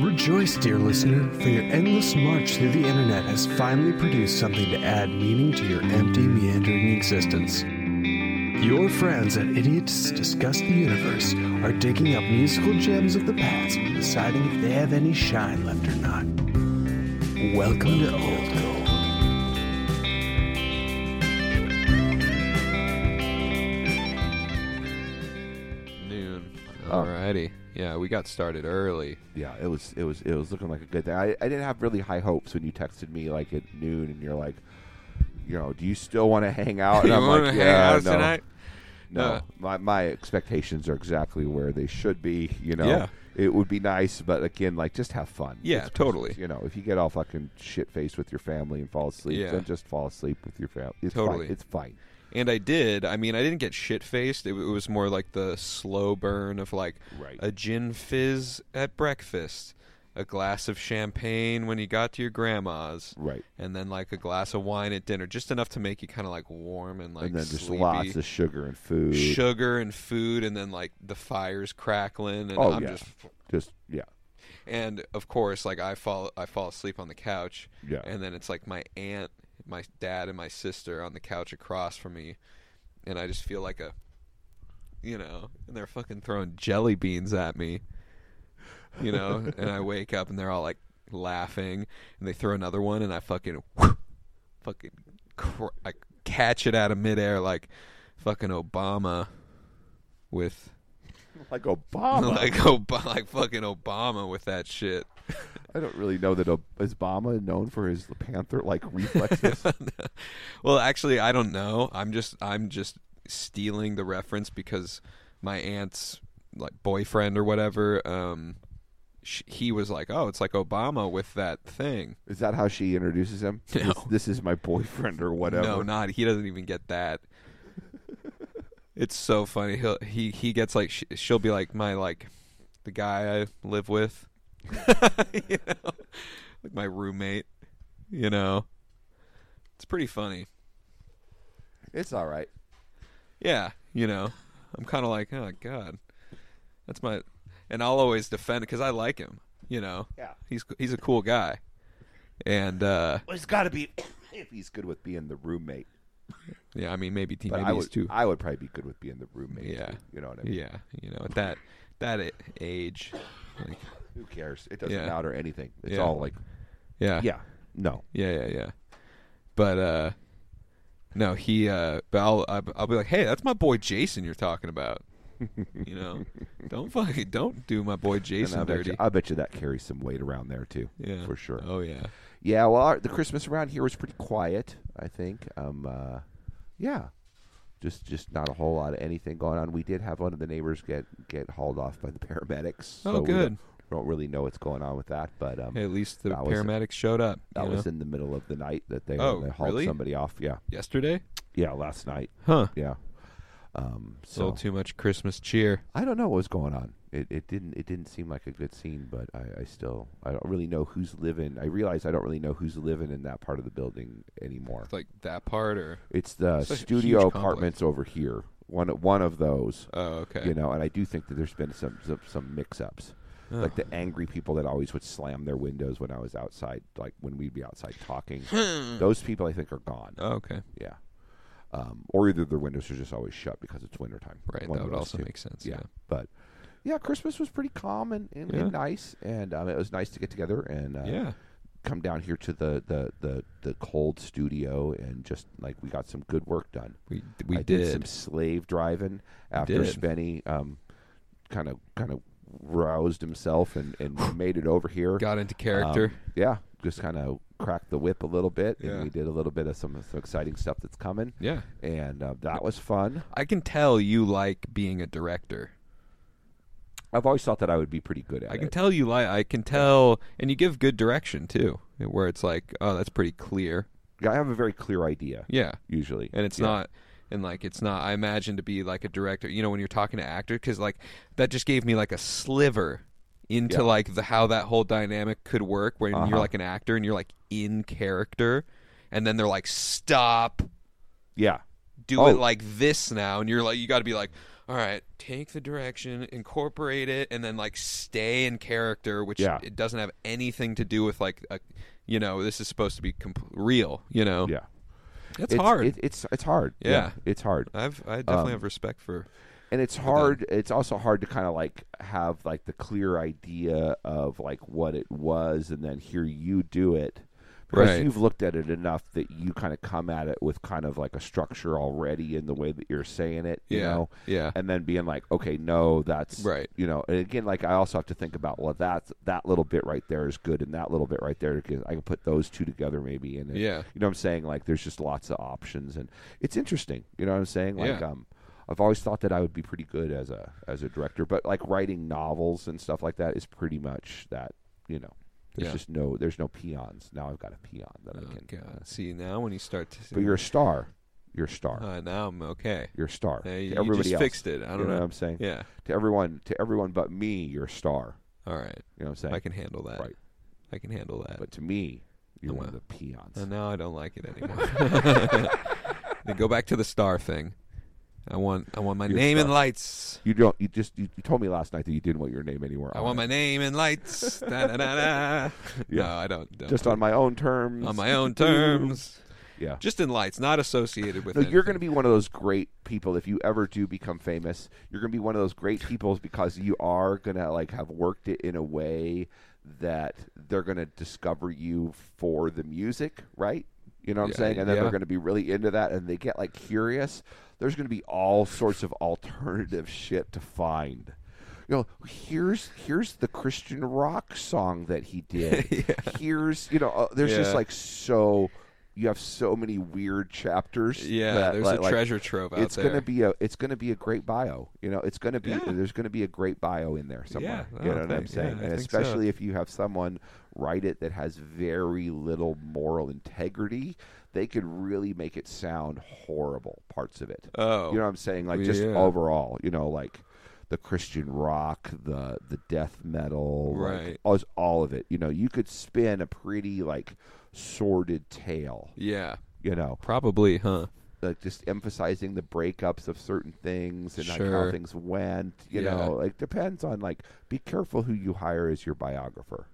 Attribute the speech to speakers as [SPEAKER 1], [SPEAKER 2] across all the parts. [SPEAKER 1] Rejoice, dear listener, for your endless march through the internet has finally produced something to add meaning to your empty, meandering existence. Your friends at Idiots Discuss the Universe are digging up musical gems of the past and deciding if they have any shine left or not. Welcome to Old Gold.
[SPEAKER 2] noon.
[SPEAKER 3] Oh.
[SPEAKER 2] Alrighty. Yeah, we got started early.
[SPEAKER 3] Yeah, it was it was it was looking like a good thing. I, I didn't have really high hopes when you texted me like at noon and you're like, you know, do you still want to hang out? And
[SPEAKER 2] you
[SPEAKER 3] I'm
[SPEAKER 2] wanna
[SPEAKER 3] like,
[SPEAKER 2] hang
[SPEAKER 3] yeah,
[SPEAKER 2] out
[SPEAKER 3] no,
[SPEAKER 2] tonight?
[SPEAKER 3] No,
[SPEAKER 2] Uh,
[SPEAKER 3] my my expectations are exactly where they should be. You know,
[SPEAKER 2] Yeah.
[SPEAKER 3] it would be nice, but again, like just have fun.
[SPEAKER 2] Yeah,
[SPEAKER 3] It's
[SPEAKER 2] totally.
[SPEAKER 3] You know, if you get all fucking shit faced with your family and fall asleep,
[SPEAKER 2] Yeah.
[SPEAKER 3] then just fall asleep with your family. It's
[SPEAKER 2] Totally.
[SPEAKER 3] fine. It's fine.
[SPEAKER 2] And I did. I mean, I didn't get shit faced. It, w- it was more like the slow burn of like
[SPEAKER 3] Right.
[SPEAKER 2] a gin fizz at breakfast, a glass of champagne when you got to your grandma's,
[SPEAKER 3] Right.
[SPEAKER 2] and then like a glass of wine at dinner, just enough to make you kind of like warm and like
[SPEAKER 3] and then just
[SPEAKER 2] sleepy.
[SPEAKER 3] lots of sugar and food.
[SPEAKER 2] Sugar and food, and then like the fires crackling, and
[SPEAKER 3] Oh,
[SPEAKER 2] I'm
[SPEAKER 3] yeah.
[SPEAKER 2] just
[SPEAKER 3] just yeah,
[SPEAKER 2] and of course like i fall i fall asleep on the couch
[SPEAKER 3] Yeah.
[SPEAKER 2] and then it's like my aunt my dad and my sister on the couch across from me and i just feel like a you know and they're fucking throwing jelly beans at me you know and i wake up and they're all like laughing and they throw another one and i fucking fucking cr- I catch it out of midair like fucking obama with
[SPEAKER 3] like Obama.
[SPEAKER 2] like Obama, like fucking Obama with that shit.
[SPEAKER 3] I don't really know that Ob- is Obama known for his panther like reflexes.
[SPEAKER 2] well, actually, I don't know. I'm just I'm just stealing the reference because my aunt's like boyfriend or whatever. Um, sh he was like, "Oh, it's like Obama with that thing."
[SPEAKER 3] is that how she introduces him?
[SPEAKER 2] No.
[SPEAKER 3] This, this is my boyfriend or whatever.
[SPEAKER 2] No, not he doesn't even get that. it's so funny. He'll he he gets like sh- she'll be like my like the guy I live with, you know, like my roommate. You know, it's pretty funny.
[SPEAKER 3] It's all right.
[SPEAKER 2] Yeah, you know, I'm kind of like, oh god, that's my, and I'll always defend because I like him. You know,
[SPEAKER 3] Yeah.
[SPEAKER 2] he's he's a cool guy, and uh
[SPEAKER 3] Well, it's got to be if he's good with being the roommate.
[SPEAKER 2] yeah, I mean maybe he-
[SPEAKER 3] But
[SPEAKER 2] maybe
[SPEAKER 3] I
[SPEAKER 2] he's
[SPEAKER 3] would
[SPEAKER 2] too.
[SPEAKER 3] I would probably be good with being the roommate.
[SPEAKER 2] Yeah.
[SPEAKER 3] too. you know what I mean.
[SPEAKER 2] Yeah, you know, at that that a- age, like,
[SPEAKER 3] Who cares? It doesn't
[SPEAKER 2] Yeah.
[SPEAKER 3] matter anything. It's
[SPEAKER 2] Yeah.
[SPEAKER 3] all like
[SPEAKER 2] yeah,
[SPEAKER 3] yeah, no.
[SPEAKER 2] yeah, yeah, yeah. But uh, no, he. Uh, but I'll I'll I'll be like, hey, that's my boy Jason you're talking about. You know, don't fucking don't do my boy
[SPEAKER 3] And I
[SPEAKER 2] Jason
[SPEAKER 3] bet,
[SPEAKER 2] dirty.
[SPEAKER 3] you, I bet you that carries some weight around there too.
[SPEAKER 2] yeah,
[SPEAKER 3] for sure.
[SPEAKER 2] Oh yeah,
[SPEAKER 3] Yeah, well, our, the Christmas around here was pretty quiet. I think. Um, uh, yeah, just just not a whole lot of anything going on. We did have one of the neighbors get get hauled off by the paramedics.
[SPEAKER 2] Oh,
[SPEAKER 3] so we don't-
[SPEAKER 2] good.
[SPEAKER 3] We don't, really know what's going on with that, but um,
[SPEAKER 2] Hey, at least the
[SPEAKER 3] That was-
[SPEAKER 2] paramedics showed up.
[SPEAKER 3] that
[SPEAKER 2] you
[SPEAKER 3] was
[SPEAKER 2] know?
[SPEAKER 3] in the middle of the night that they,
[SPEAKER 2] Oh,
[SPEAKER 3] they hauled
[SPEAKER 2] really?
[SPEAKER 3] somebody off. Yeah,
[SPEAKER 2] yesterday.
[SPEAKER 3] yeah, last night.
[SPEAKER 2] Huh.
[SPEAKER 3] Yeah. Um,
[SPEAKER 2] So
[SPEAKER 3] so
[SPEAKER 2] too much Christmas cheer.
[SPEAKER 3] I don't know what was going on. It, it didn't it didn't seem like a good scene, but I, I still I don't really know who's living. I realize I don't really know who's living in that part of the building anymore.
[SPEAKER 2] Like that part, or
[SPEAKER 3] It's the
[SPEAKER 2] It's like a
[SPEAKER 3] studio
[SPEAKER 2] huge complex.
[SPEAKER 3] apartments over here. One one of those,
[SPEAKER 2] oh okay.
[SPEAKER 3] you know. And I do think that there's been some some, some mix-ups,
[SPEAKER 2] Oh.
[SPEAKER 3] like the angry people that always would slam their windows when I was outside, like when we'd be outside talking. those people, I think, are gone.
[SPEAKER 2] Hmm. oh, okay.
[SPEAKER 3] Yeah, um, or either their windows are just always shut because it's wintertime.
[SPEAKER 2] Right.
[SPEAKER 3] One
[SPEAKER 2] that
[SPEAKER 3] of
[SPEAKER 2] would
[SPEAKER 3] those
[SPEAKER 2] also
[SPEAKER 3] two.
[SPEAKER 2] make sense.
[SPEAKER 3] Yeah.
[SPEAKER 2] Yeah.
[SPEAKER 3] but yeah, Christmas was pretty calm and, and,
[SPEAKER 2] Yeah.
[SPEAKER 3] and nice, and um, it was nice to get together and uh,
[SPEAKER 2] Yeah.
[SPEAKER 3] come down here to the, the, the, the cold studio and just like we got some good work done.
[SPEAKER 2] We we
[SPEAKER 3] I
[SPEAKER 2] did.
[SPEAKER 3] some slave driving after
[SPEAKER 2] did.
[SPEAKER 3] Spenny um, kind of kind of roused himself and, and made it over here.
[SPEAKER 2] Got into
[SPEAKER 3] Um,
[SPEAKER 2] character.
[SPEAKER 3] yeah, just kind of cracked the whip a little bit,
[SPEAKER 2] Yeah.
[SPEAKER 3] and we did a little bit of some, some exciting stuff that's coming,
[SPEAKER 2] yeah.
[SPEAKER 3] and uh, that was fun.
[SPEAKER 2] I can tell you like being a director.
[SPEAKER 3] I've always thought that I would be pretty good at
[SPEAKER 2] I can
[SPEAKER 3] it.
[SPEAKER 2] tell you like I can tell, and you give good direction too, where it's like, oh, that's pretty clear.
[SPEAKER 3] I have a very clear idea
[SPEAKER 2] Yeah.
[SPEAKER 3] usually,
[SPEAKER 2] and it's
[SPEAKER 3] Yeah.
[SPEAKER 2] not and like it's not i imagine to be like a director you know when you're talking to actors because like that just gave me like a sliver into
[SPEAKER 3] Yeah. Uh-huh.
[SPEAKER 2] like the how that whole dynamic could work when you're like an actor and you're like in character and then they're like stop
[SPEAKER 3] Yeah,
[SPEAKER 2] do
[SPEAKER 3] Oh.
[SPEAKER 2] it like this now, and you're like, you got to be like, all right, take the direction, incorporate it, and then like stay in character, which
[SPEAKER 3] Yeah.
[SPEAKER 2] it doesn't have anything to do with like, a, you know, this is supposed to be comp- real. You know,
[SPEAKER 3] Yeah,
[SPEAKER 2] that's hard.
[SPEAKER 3] It, it's it's hard.
[SPEAKER 2] Yeah.
[SPEAKER 3] it's hard,
[SPEAKER 2] I've I definitely
[SPEAKER 3] um,
[SPEAKER 2] have respect for.
[SPEAKER 3] and it's hard. It's also hard to kind of like have like the clear idea of like what it was, and then hear you do it. Because
[SPEAKER 2] Right.
[SPEAKER 3] you've looked at it enough that you kind of come at it with kind of like a structure already in the way that you're saying it, you
[SPEAKER 2] Yeah,
[SPEAKER 3] know,
[SPEAKER 2] yeah,
[SPEAKER 3] and then being like, okay, no, that's
[SPEAKER 2] Right.
[SPEAKER 3] you know. And again, like I also have to think about well, that's that little bit right there is good, and that little bit right there, 'cause I can put those two together maybe, and it-
[SPEAKER 2] yeah,
[SPEAKER 3] you know what I'm saying? Like there's just lots of options and it's interesting. You know what I'm saying? Like
[SPEAKER 2] Yeah.
[SPEAKER 3] um I've always thought that I would be pretty good as a as a director, but like writing novels and stuff like that is pretty much that, you know. There's
[SPEAKER 2] Yeah.
[SPEAKER 3] just no there's no peons. Now I've got a peon that
[SPEAKER 2] Oh,
[SPEAKER 3] I can uh,
[SPEAKER 2] God. See now when you start to,
[SPEAKER 3] But you're a star. You're a star.
[SPEAKER 2] uh, now I'm okay.
[SPEAKER 3] you're a star.
[SPEAKER 2] Hey,
[SPEAKER 3] To
[SPEAKER 2] you
[SPEAKER 3] everybody
[SPEAKER 2] just
[SPEAKER 3] else.
[SPEAKER 2] fixed it. I don't
[SPEAKER 3] you know, what
[SPEAKER 2] know.
[SPEAKER 3] I'm saying?
[SPEAKER 2] Yeah.
[SPEAKER 3] To everyone to everyone but me, you're a star.
[SPEAKER 2] All right.
[SPEAKER 3] You know what I'm saying?
[SPEAKER 2] I can handle that.
[SPEAKER 3] Right.
[SPEAKER 2] I can handle that.
[SPEAKER 3] But to me, you're
[SPEAKER 2] I'm
[SPEAKER 3] one
[SPEAKER 2] a-
[SPEAKER 3] of the peons.
[SPEAKER 2] And now I don't like it anymore. then go back to the star thing. I want I want my
[SPEAKER 3] Your
[SPEAKER 2] name in
[SPEAKER 3] star.
[SPEAKER 2] lights.
[SPEAKER 3] you don't you just you, you told me last night that you didn't want your name anywhere
[SPEAKER 2] I
[SPEAKER 3] on
[SPEAKER 2] want
[SPEAKER 3] it.
[SPEAKER 2] my name in lights. Da-da-da-da. No,
[SPEAKER 3] Yeah.
[SPEAKER 2] I don't. don't.
[SPEAKER 3] just on my own terms.
[SPEAKER 2] on my own terms.
[SPEAKER 3] Yeah.
[SPEAKER 2] Just in lights, not associated with.
[SPEAKER 3] No, you're going to
[SPEAKER 2] anything.
[SPEAKER 3] be one of those great people if you ever do become famous. You're going to be one of those great people because you are going to like have worked it in a way that they're going to discover you for the music, right? You know what
[SPEAKER 2] Yeah,
[SPEAKER 3] I'm saying? And then
[SPEAKER 2] yeah.
[SPEAKER 3] they're going to be really into that and they get like curious. There's going to be all sorts of alternative shit to find. You know, here's here's the Christian rock song that he did. Here's, you know, uh, there's
[SPEAKER 2] Yeah.
[SPEAKER 3] just like so you have so many weird chapters.
[SPEAKER 2] Yeah,
[SPEAKER 3] that,
[SPEAKER 2] there's
[SPEAKER 3] like-
[SPEAKER 2] a
[SPEAKER 3] like,
[SPEAKER 2] treasure trove out
[SPEAKER 3] It's
[SPEAKER 2] there.
[SPEAKER 3] gonna be a it's gonna be a great bio. You know, it's gonna be
[SPEAKER 2] Yeah.
[SPEAKER 3] there's gonna be a great bio in there somewhere.
[SPEAKER 2] Yeah, I
[SPEAKER 3] you know
[SPEAKER 2] don't
[SPEAKER 3] what I'm
[SPEAKER 2] think- yeah,
[SPEAKER 3] saying?
[SPEAKER 2] I
[SPEAKER 3] and
[SPEAKER 2] think so.
[SPEAKER 3] especially if you have someone write it that has very little moral integrity, they could really make it sound horrible parts of it.
[SPEAKER 2] oh,
[SPEAKER 3] You know what I'm saying? Like just
[SPEAKER 2] Yeah.
[SPEAKER 3] overall, you know, like the Christian rock, the the death metal, like,
[SPEAKER 2] Right.
[SPEAKER 3] all, all of it. You know, you could spin a pretty like sordid tale.
[SPEAKER 2] yeah,
[SPEAKER 3] You know,
[SPEAKER 2] probably, huh?
[SPEAKER 3] like just emphasizing the breakups of certain things and like
[SPEAKER 2] Sure.
[SPEAKER 3] how things went. You
[SPEAKER 2] Yeah.
[SPEAKER 3] know, like depends on like be careful who you hire as your biographer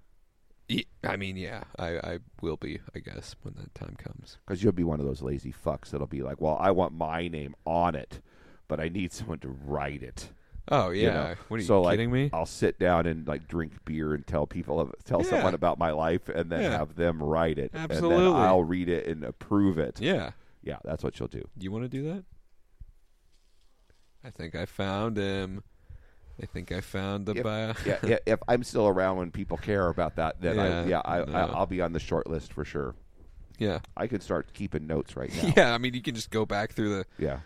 [SPEAKER 2] Ye- I mean, yeah, I, I will be, I guess, when that time comes.
[SPEAKER 3] because you'll be one of those lazy fucks that'll be like, well, I want my name on it, but I need someone to write it.
[SPEAKER 2] Oh yeah,
[SPEAKER 3] you know?
[SPEAKER 2] what are you
[SPEAKER 3] so, like,
[SPEAKER 2] kidding me?
[SPEAKER 3] I'll sit down and like drink beer and tell people tell
[SPEAKER 2] Yeah.
[SPEAKER 3] someone about my life and then
[SPEAKER 2] Yeah.
[SPEAKER 3] have them write it and
[SPEAKER 2] Absolutely.
[SPEAKER 3] then I'll read it and approve it.
[SPEAKER 2] Yeah,
[SPEAKER 3] Yeah, that's what you'll do.
[SPEAKER 2] You want to do that? I think I found him. I think I found the
[SPEAKER 3] Yep.
[SPEAKER 2] bio.
[SPEAKER 3] yeah, i- if I'm still around when people care about that, then
[SPEAKER 2] Yeah,
[SPEAKER 3] I, yeah, I,
[SPEAKER 2] no.
[SPEAKER 3] I, I'll be on the short list for sure.
[SPEAKER 2] Yeah.
[SPEAKER 3] I could start keeping notes right now.
[SPEAKER 2] yeah, I mean, you can just go back through the
[SPEAKER 3] Yeah.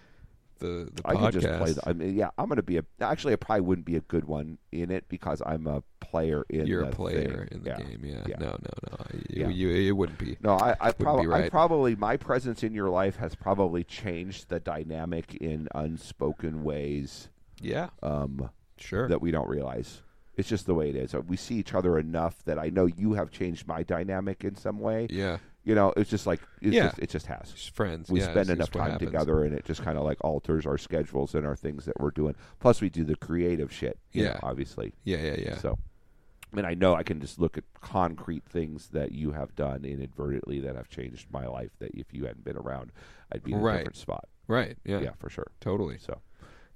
[SPEAKER 2] the, the
[SPEAKER 3] I
[SPEAKER 2] podcast.
[SPEAKER 3] could just play. The, I mean, yeah, I'm gonna be a. Actually, I probably wouldn't be a good one in it because I'm a player in.
[SPEAKER 2] You're a
[SPEAKER 3] the
[SPEAKER 2] player
[SPEAKER 3] thing.
[SPEAKER 2] in the
[SPEAKER 3] Yeah.
[SPEAKER 2] game. Yeah.
[SPEAKER 3] Yeah.
[SPEAKER 2] No, no, no. I, you,
[SPEAKER 3] Yeah.
[SPEAKER 2] you, it wouldn't be.
[SPEAKER 3] No, I, I, prob-
[SPEAKER 2] be
[SPEAKER 3] I
[SPEAKER 2] right.
[SPEAKER 3] probably my presence in your life has probably changed the dynamic in unspoken ways
[SPEAKER 2] Yeah.
[SPEAKER 3] um,
[SPEAKER 2] Sure.
[SPEAKER 3] that we don't realize. It's just the way it is. We see each other enough that I know you have changed my dynamic in some way.
[SPEAKER 2] yeah.
[SPEAKER 3] You know, it's just like it's
[SPEAKER 2] Yeah.
[SPEAKER 3] just, it just has.
[SPEAKER 2] Just friends.
[SPEAKER 3] we
[SPEAKER 2] yeah,
[SPEAKER 3] spend
[SPEAKER 2] it's
[SPEAKER 3] enough
[SPEAKER 2] just what
[SPEAKER 3] time
[SPEAKER 2] happens.
[SPEAKER 3] together and it just kind of like alters our schedules and our things that we're doing plus we do the creative shit you know,
[SPEAKER 2] Yeah.
[SPEAKER 3] obviously
[SPEAKER 2] Yeah, yeah, yeah.
[SPEAKER 3] so i mean i know i can just look at concrete things that you have done inadvertently that have changed my life that if you hadn't been around i'd be in
[SPEAKER 2] Right.
[SPEAKER 3] a different spot
[SPEAKER 2] right. Yeah.
[SPEAKER 3] yeah, for sure
[SPEAKER 2] Totally.
[SPEAKER 3] so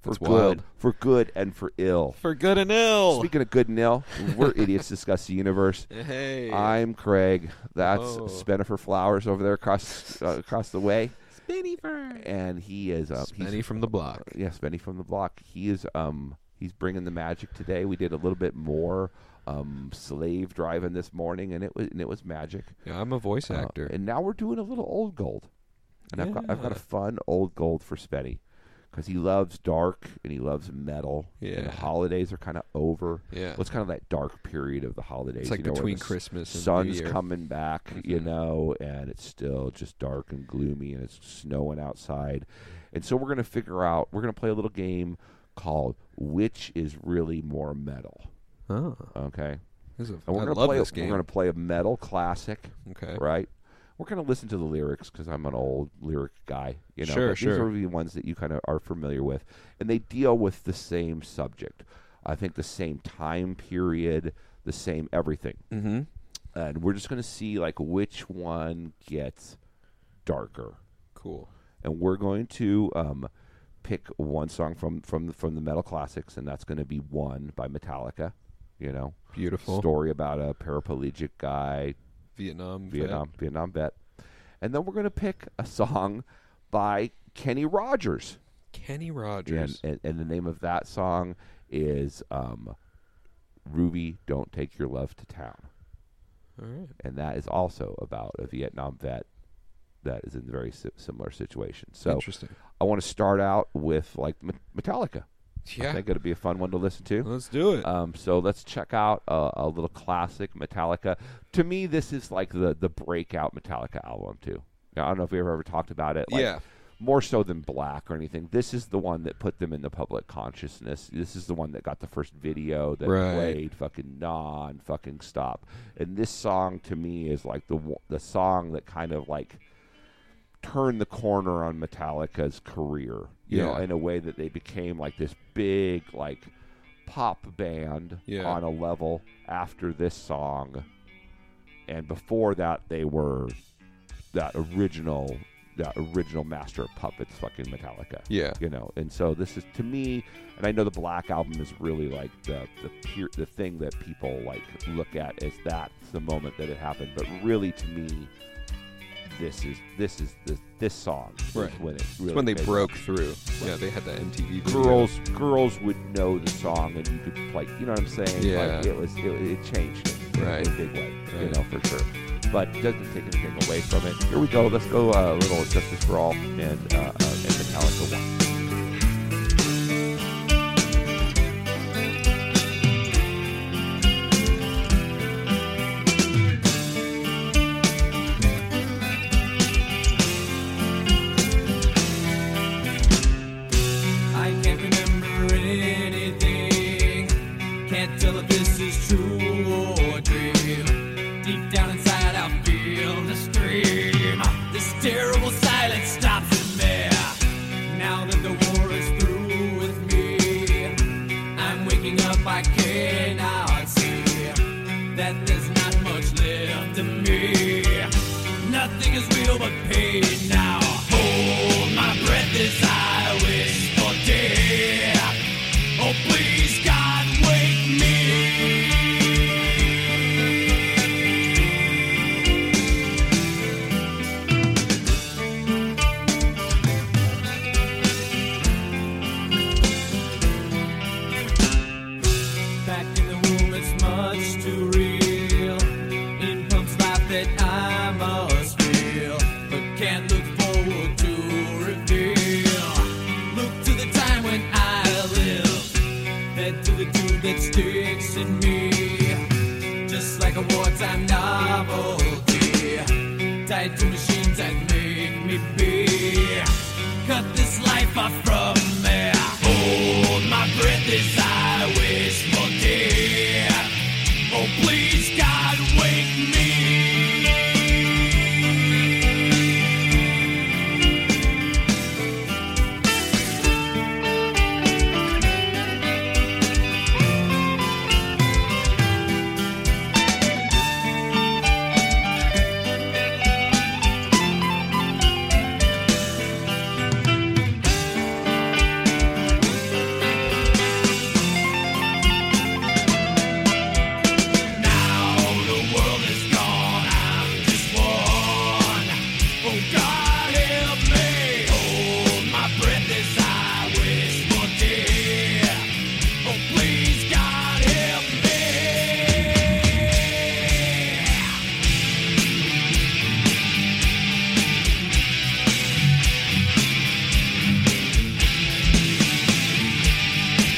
[SPEAKER 3] for
[SPEAKER 2] That's
[SPEAKER 3] good
[SPEAKER 2] wild.
[SPEAKER 3] for good and for ill
[SPEAKER 2] For good and ill.
[SPEAKER 3] speaking of good and ill we're idiots discuss the universe
[SPEAKER 2] hey.
[SPEAKER 3] i'm craig that's
[SPEAKER 2] Oh.
[SPEAKER 3] spenifer flowers over there across uh, across the way
[SPEAKER 2] Spinny Fern.
[SPEAKER 3] and he is uh, he's
[SPEAKER 2] Spinny from the block.
[SPEAKER 3] Yes, Benny from the block. He is um he's bringing the magic today. We did a little bit more um slave driving this morning, and it was and it was magic.
[SPEAKER 2] Yeah, I'm a voice
[SPEAKER 3] Uh,
[SPEAKER 2] actor.
[SPEAKER 3] and now we're doing a little old gold, and I've got I've got a
[SPEAKER 2] Yeah.
[SPEAKER 3] fun old gold for Spenny because he loves dark and he loves metal. and
[SPEAKER 2] Yeah.
[SPEAKER 3] the holidays are kind of over.
[SPEAKER 2] yeah.
[SPEAKER 3] What's kind of that dark period of the holidays?
[SPEAKER 2] It's like
[SPEAKER 3] you know, where
[SPEAKER 2] between
[SPEAKER 3] the s-
[SPEAKER 2] Christmas and New
[SPEAKER 3] sun's
[SPEAKER 2] Year. Mm-hmm.
[SPEAKER 3] coming back, you know, and it's still just dark and gloomy and it's snowing outside. And so we're going to figure out, we're going to play a little game called Which is Really More Metal.
[SPEAKER 2] Oh,
[SPEAKER 3] Okay.
[SPEAKER 2] this is a,
[SPEAKER 3] And we're
[SPEAKER 2] I
[SPEAKER 3] going to
[SPEAKER 2] love
[SPEAKER 3] play
[SPEAKER 2] this
[SPEAKER 3] we're
[SPEAKER 2] game.
[SPEAKER 3] going to play a metal classic,
[SPEAKER 2] okay.
[SPEAKER 3] right? Uh, we're going to listen to the lyrics because I'm an old lyric guy. You know,
[SPEAKER 2] Sure,
[SPEAKER 3] but These
[SPEAKER 2] sure.
[SPEAKER 3] are the ones that you kind of are familiar with, and they deal with the same subject. I think the same time period, the same everything,
[SPEAKER 2] Mm-hmm.
[SPEAKER 3] and we're just going to see like which one gets darker
[SPEAKER 2] Cool.
[SPEAKER 3] and we're going to um, pick one song from from from the metal classics, and that's going to be one by Metallica. You know,
[SPEAKER 2] Beautiful.
[SPEAKER 3] story about a paraplegic guy,
[SPEAKER 2] Vietnam. vet.
[SPEAKER 3] Vietnam Vietnam vet, and then we're going to pick a song by Kenny Rogers,
[SPEAKER 2] Kenny
[SPEAKER 3] and,
[SPEAKER 2] Rogers.
[SPEAKER 3] and and the name of that song is um, Ruby, don't take your love to town,
[SPEAKER 2] All right.
[SPEAKER 3] and that is also about a Vietnam vet that is in a very si- similar situation. So.
[SPEAKER 2] Interesting.
[SPEAKER 3] I want to start out with like Met- Metallica. I
[SPEAKER 2] Yeah.
[SPEAKER 3] think it'll be a fun one to listen to.
[SPEAKER 2] Let's do it.
[SPEAKER 3] Um, so let's check out a, a little classic Metallica. To me, this is like the the breakout Metallica album too. Now, I don't know if we ever ever talked about it. Like,
[SPEAKER 2] Yeah.
[SPEAKER 3] More so than Black or anything. This is the one that put them in the public consciousness. This is the one that got the first video that
[SPEAKER 2] Right.
[SPEAKER 3] played fucking non fucking stop. And this song to me is like the wo- the song that kind of like turned the corner on Metallica's career. You know,
[SPEAKER 2] Yeah.
[SPEAKER 3] in a way that they became like this big like pop band
[SPEAKER 2] Yeah.
[SPEAKER 3] on a level after this song. And before that they were that original that original master of puppets fucking Metallica.
[SPEAKER 2] yeah.
[SPEAKER 3] You know, and so this is to me and I know the Black album is really like the the peer, the thing that people like look at as that's the moment that it happened, but really to me this is this is this this song is
[SPEAKER 2] Right.
[SPEAKER 3] when it really
[SPEAKER 2] It's when they
[SPEAKER 3] made-
[SPEAKER 2] broke through. Yeah, they had that MTV. video.
[SPEAKER 3] girls girls would know the song and you could like you know what I'm saying?
[SPEAKER 2] Yeah.
[SPEAKER 3] Like it was it, it changed it in
[SPEAKER 2] Right.
[SPEAKER 3] a big way, you
[SPEAKER 2] Right.
[SPEAKER 3] know, for sure. But it doesn't take anything away from it. Here we go. Let's go uh, a little Justice for All and uh, uh, and Metallica one.
[SPEAKER 4] I can't remember anything. Can't tell if this is true or a dream. Deep down inside, I feel the scream. This terrible silence stops in there. Now that the war is through with me, I'm waking up. I cannot see that there's not much left of me. Nothing is real but pain now. Hold my breath as I wish for death. Oh, please, God, wake me. Back in the room, it's much too real. In pumps life that I must feel, but can't look forward to reveal. Look to the time when I live, head to the tube that sticks in me, just like a wartime novelty. Tied to machines that make me be. Cut this life off from me. Hold my breath as I wish for death. Oh, please, God, wake me. Now the world is gone. I'm just one. Oh, God, help me. Hold my breath as I wish for death. Oh, please, God, help me.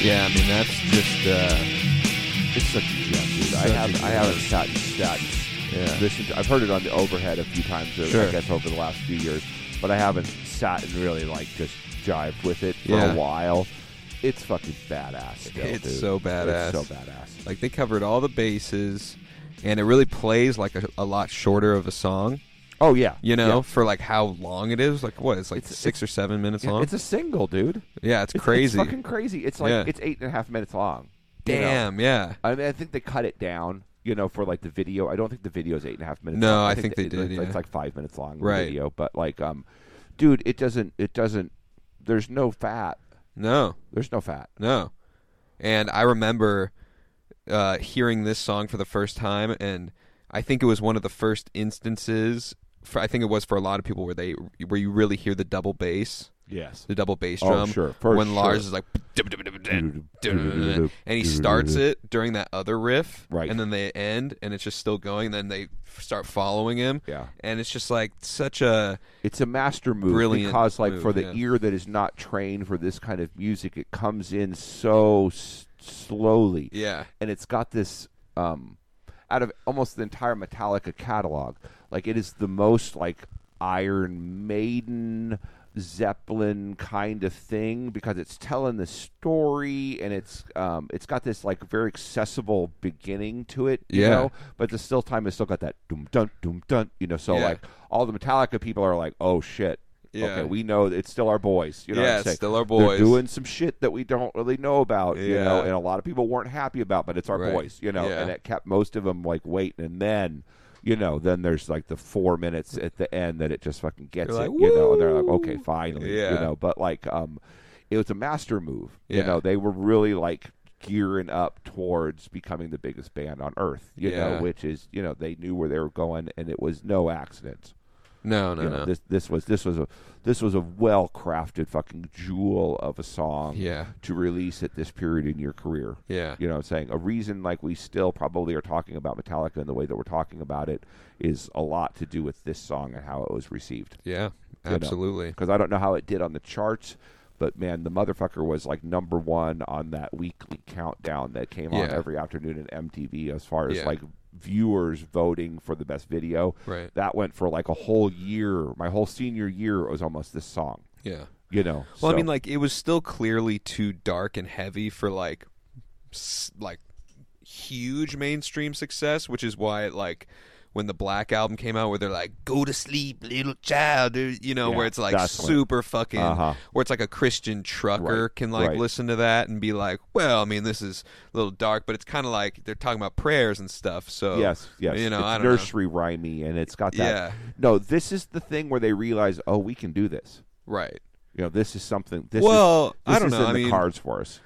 [SPEAKER 2] Yeah, I mean that's just uh,
[SPEAKER 3] It's such a gem, dude. I
[SPEAKER 2] Such
[SPEAKER 3] have
[SPEAKER 2] a
[SPEAKER 3] I
[SPEAKER 2] gem.
[SPEAKER 3] haven't sat and sat and
[SPEAKER 2] Yeah.
[SPEAKER 3] listened. To, I've heard it on the overhead a few times. uh, I
[SPEAKER 2] Sure.
[SPEAKER 3] guess over the last few years, but I haven't sat and really like just jived with it for
[SPEAKER 2] Yeah.
[SPEAKER 3] a while. It's fucking badass. Still,
[SPEAKER 2] It's
[SPEAKER 3] dude.
[SPEAKER 2] so badass.
[SPEAKER 3] It's so badass.
[SPEAKER 2] like they covered all the bases, and it really plays like a, a lot shorter of a song.
[SPEAKER 3] Oh yeah,
[SPEAKER 2] You know,
[SPEAKER 3] Yeah.
[SPEAKER 2] for like how long it is. Like what? It's like
[SPEAKER 3] It's-
[SPEAKER 2] six or seven minutes
[SPEAKER 3] Yeah,
[SPEAKER 2] long.
[SPEAKER 3] it's a single, dude.
[SPEAKER 2] yeah, it's
[SPEAKER 3] It's-
[SPEAKER 2] crazy.
[SPEAKER 3] It's fucking crazy. It's like
[SPEAKER 2] Yeah.
[SPEAKER 3] it's eight and a half minutes long. you know?
[SPEAKER 2] Damn. Yeah.
[SPEAKER 3] I mean, I think they cut it down. You know, for like the video. I don't think the video is eight and a half minutes.
[SPEAKER 2] No,
[SPEAKER 3] long.
[SPEAKER 2] I think they
[SPEAKER 3] that it-
[SPEAKER 2] did,
[SPEAKER 3] It's,
[SPEAKER 2] yeah.
[SPEAKER 3] it's like five minutes long. the
[SPEAKER 2] Right.
[SPEAKER 3] Video, but like, um, dude, it doesn't. It doesn't. There's no fat.
[SPEAKER 2] No.
[SPEAKER 3] There's no fat.
[SPEAKER 2] No. And I remember uh, hearing this song for the first time, and I think it was one of the first instances. For, I think it was for a lot of people where they where you really hear the double bass,
[SPEAKER 3] Yes.
[SPEAKER 2] the double bass
[SPEAKER 3] Oh,
[SPEAKER 2] drum.
[SPEAKER 3] sure, for
[SPEAKER 2] when
[SPEAKER 3] sure.
[SPEAKER 2] Lars is like, and he starts it during that other riff,
[SPEAKER 3] Right.
[SPEAKER 2] And then they end, and it's just still going. And then they f- start following him,
[SPEAKER 3] Yeah.
[SPEAKER 2] And it's just like such a
[SPEAKER 3] It's a master move
[SPEAKER 2] Brilliant
[SPEAKER 3] because, like,
[SPEAKER 2] move,
[SPEAKER 3] for the
[SPEAKER 2] yeah.
[SPEAKER 3] ear that is not trained for this kind of music, it comes in so s- slowly.
[SPEAKER 2] yeah,
[SPEAKER 3] and it's got this um, out of almost the entire Metallica catalog. Like it is the most like Iron Maiden, Zeppelin kind of thing because it's telling the story and it's um, it's got this like very accessible beginning to it. You
[SPEAKER 2] Yeah.
[SPEAKER 3] know? but the still time has still got that dum dun dum dun. You know, so
[SPEAKER 2] Yeah.
[SPEAKER 3] like all the Metallica people are like, oh shit.
[SPEAKER 2] Yeah.
[SPEAKER 3] Okay, we know it's still our boys. You know what
[SPEAKER 2] yeah.
[SPEAKER 3] I'm
[SPEAKER 2] It's
[SPEAKER 3] saying?
[SPEAKER 2] still our
[SPEAKER 3] They're
[SPEAKER 2] boys.
[SPEAKER 3] doing some shit that we don't really know about, you know,
[SPEAKER 2] Yeah.
[SPEAKER 3] and a lot of people weren't happy about, but it's our
[SPEAKER 2] Right.
[SPEAKER 3] boys, you know,
[SPEAKER 2] Yeah.
[SPEAKER 3] and it kept most of them like waiting. And then, you know, then there's like the four minutes at the end that it just fucking gets
[SPEAKER 2] They're
[SPEAKER 3] it,
[SPEAKER 2] like,
[SPEAKER 3] you know, and they're like,
[SPEAKER 2] "Woo!"
[SPEAKER 3] okay, finally, you
[SPEAKER 2] Yeah.
[SPEAKER 3] know, but like, um, it was a master move, you
[SPEAKER 2] Yeah.
[SPEAKER 3] know, they were really like gearing up towards becoming the biggest band on earth, you know,
[SPEAKER 2] Yeah.
[SPEAKER 3] which is, you know, they knew where they were going and it was no accident
[SPEAKER 2] no, no,
[SPEAKER 3] you
[SPEAKER 2] no.
[SPEAKER 3] know, this this was this was a this was a well crafted fucking jewel of a song
[SPEAKER 2] Yeah.
[SPEAKER 3] to release at this period in your career.
[SPEAKER 2] yeah,
[SPEAKER 3] You know what I'm saying? A reason like we still probably are talking about Metallica in the way that we're talking about it is a lot to do with this song and how it was received.
[SPEAKER 2] yeah.
[SPEAKER 3] you know.
[SPEAKER 2] Absolutely.
[SPEAKER 3] Because I don't know how it did on the charts, but man, the motherfucker was like number one on that weekly countdown that came on
[SPEAKER 2] Yeah.
[SPEAKER 3] every afternoon at MTV as far as
[SPEAKER 2] Yeah.
[SPEAKER 3] like viewers voting for the best video.
[SPEAKER 2] Right.
[SPEAKER 3] That went for like a whole year. My whole senior year was almost this song.
[SPEAKER 2] Yeah.
[SPEAKER 3] You know.
[SPEAKER 2] Well, I mean,
[SPEAKER 3] So-
[SPEAKER 2] like it was still clearly too dark and heavy for like, s- like huge mainstream success, which is why like when the Black album came out, where they're like "Go to sleep, little child," or, you know,
[SPEAKER 3] Yeah,
[SPEAKER 2] where it's like
[SPEAKER 3] that's when-
[SPEAKER 2] super fucking,
[SPEAKER 3] Uh-huh.
[SPEAKER 2] where it's like a Christian trucker
[SPEAKER 3] Right,
[SPEAKER 2] can like
[SPEAKER 3] right.
[SPEAKER 2] listen to that and be like, "Well, I mean, this is a little dark," but it's kind of like they're talking about prayers and stuff. So
[SPEAKER 3] Yes, yes.
[SPEAKER 2] oh, you know,
[SPEAKER 3] it's
[SPEAKER 2] I don't know.
[SPEAKER 3] nursery rhymey and it's got that
[SPEAKER 2] Yeah.
[SPEAKER 3] No, this is the thing where they realize, oh, we can do this.
[SPEAKER 2] right?
[SPEAKER 3] You know, this is something this
[SPEAKER 2] Well,
[SPEAKER 3] is
[SPEAKER 2] I
[SPEAKER 3] this
[SPEAKER 2] don't
[SPEAKER 3] is
[SPEAKER 2] know.
[SPEAKER 3] in
[SPEAKER 2] I
[SPEAKER 3] the
[SPEAKER 2] mean,
[SPEAKER 3] cards for us.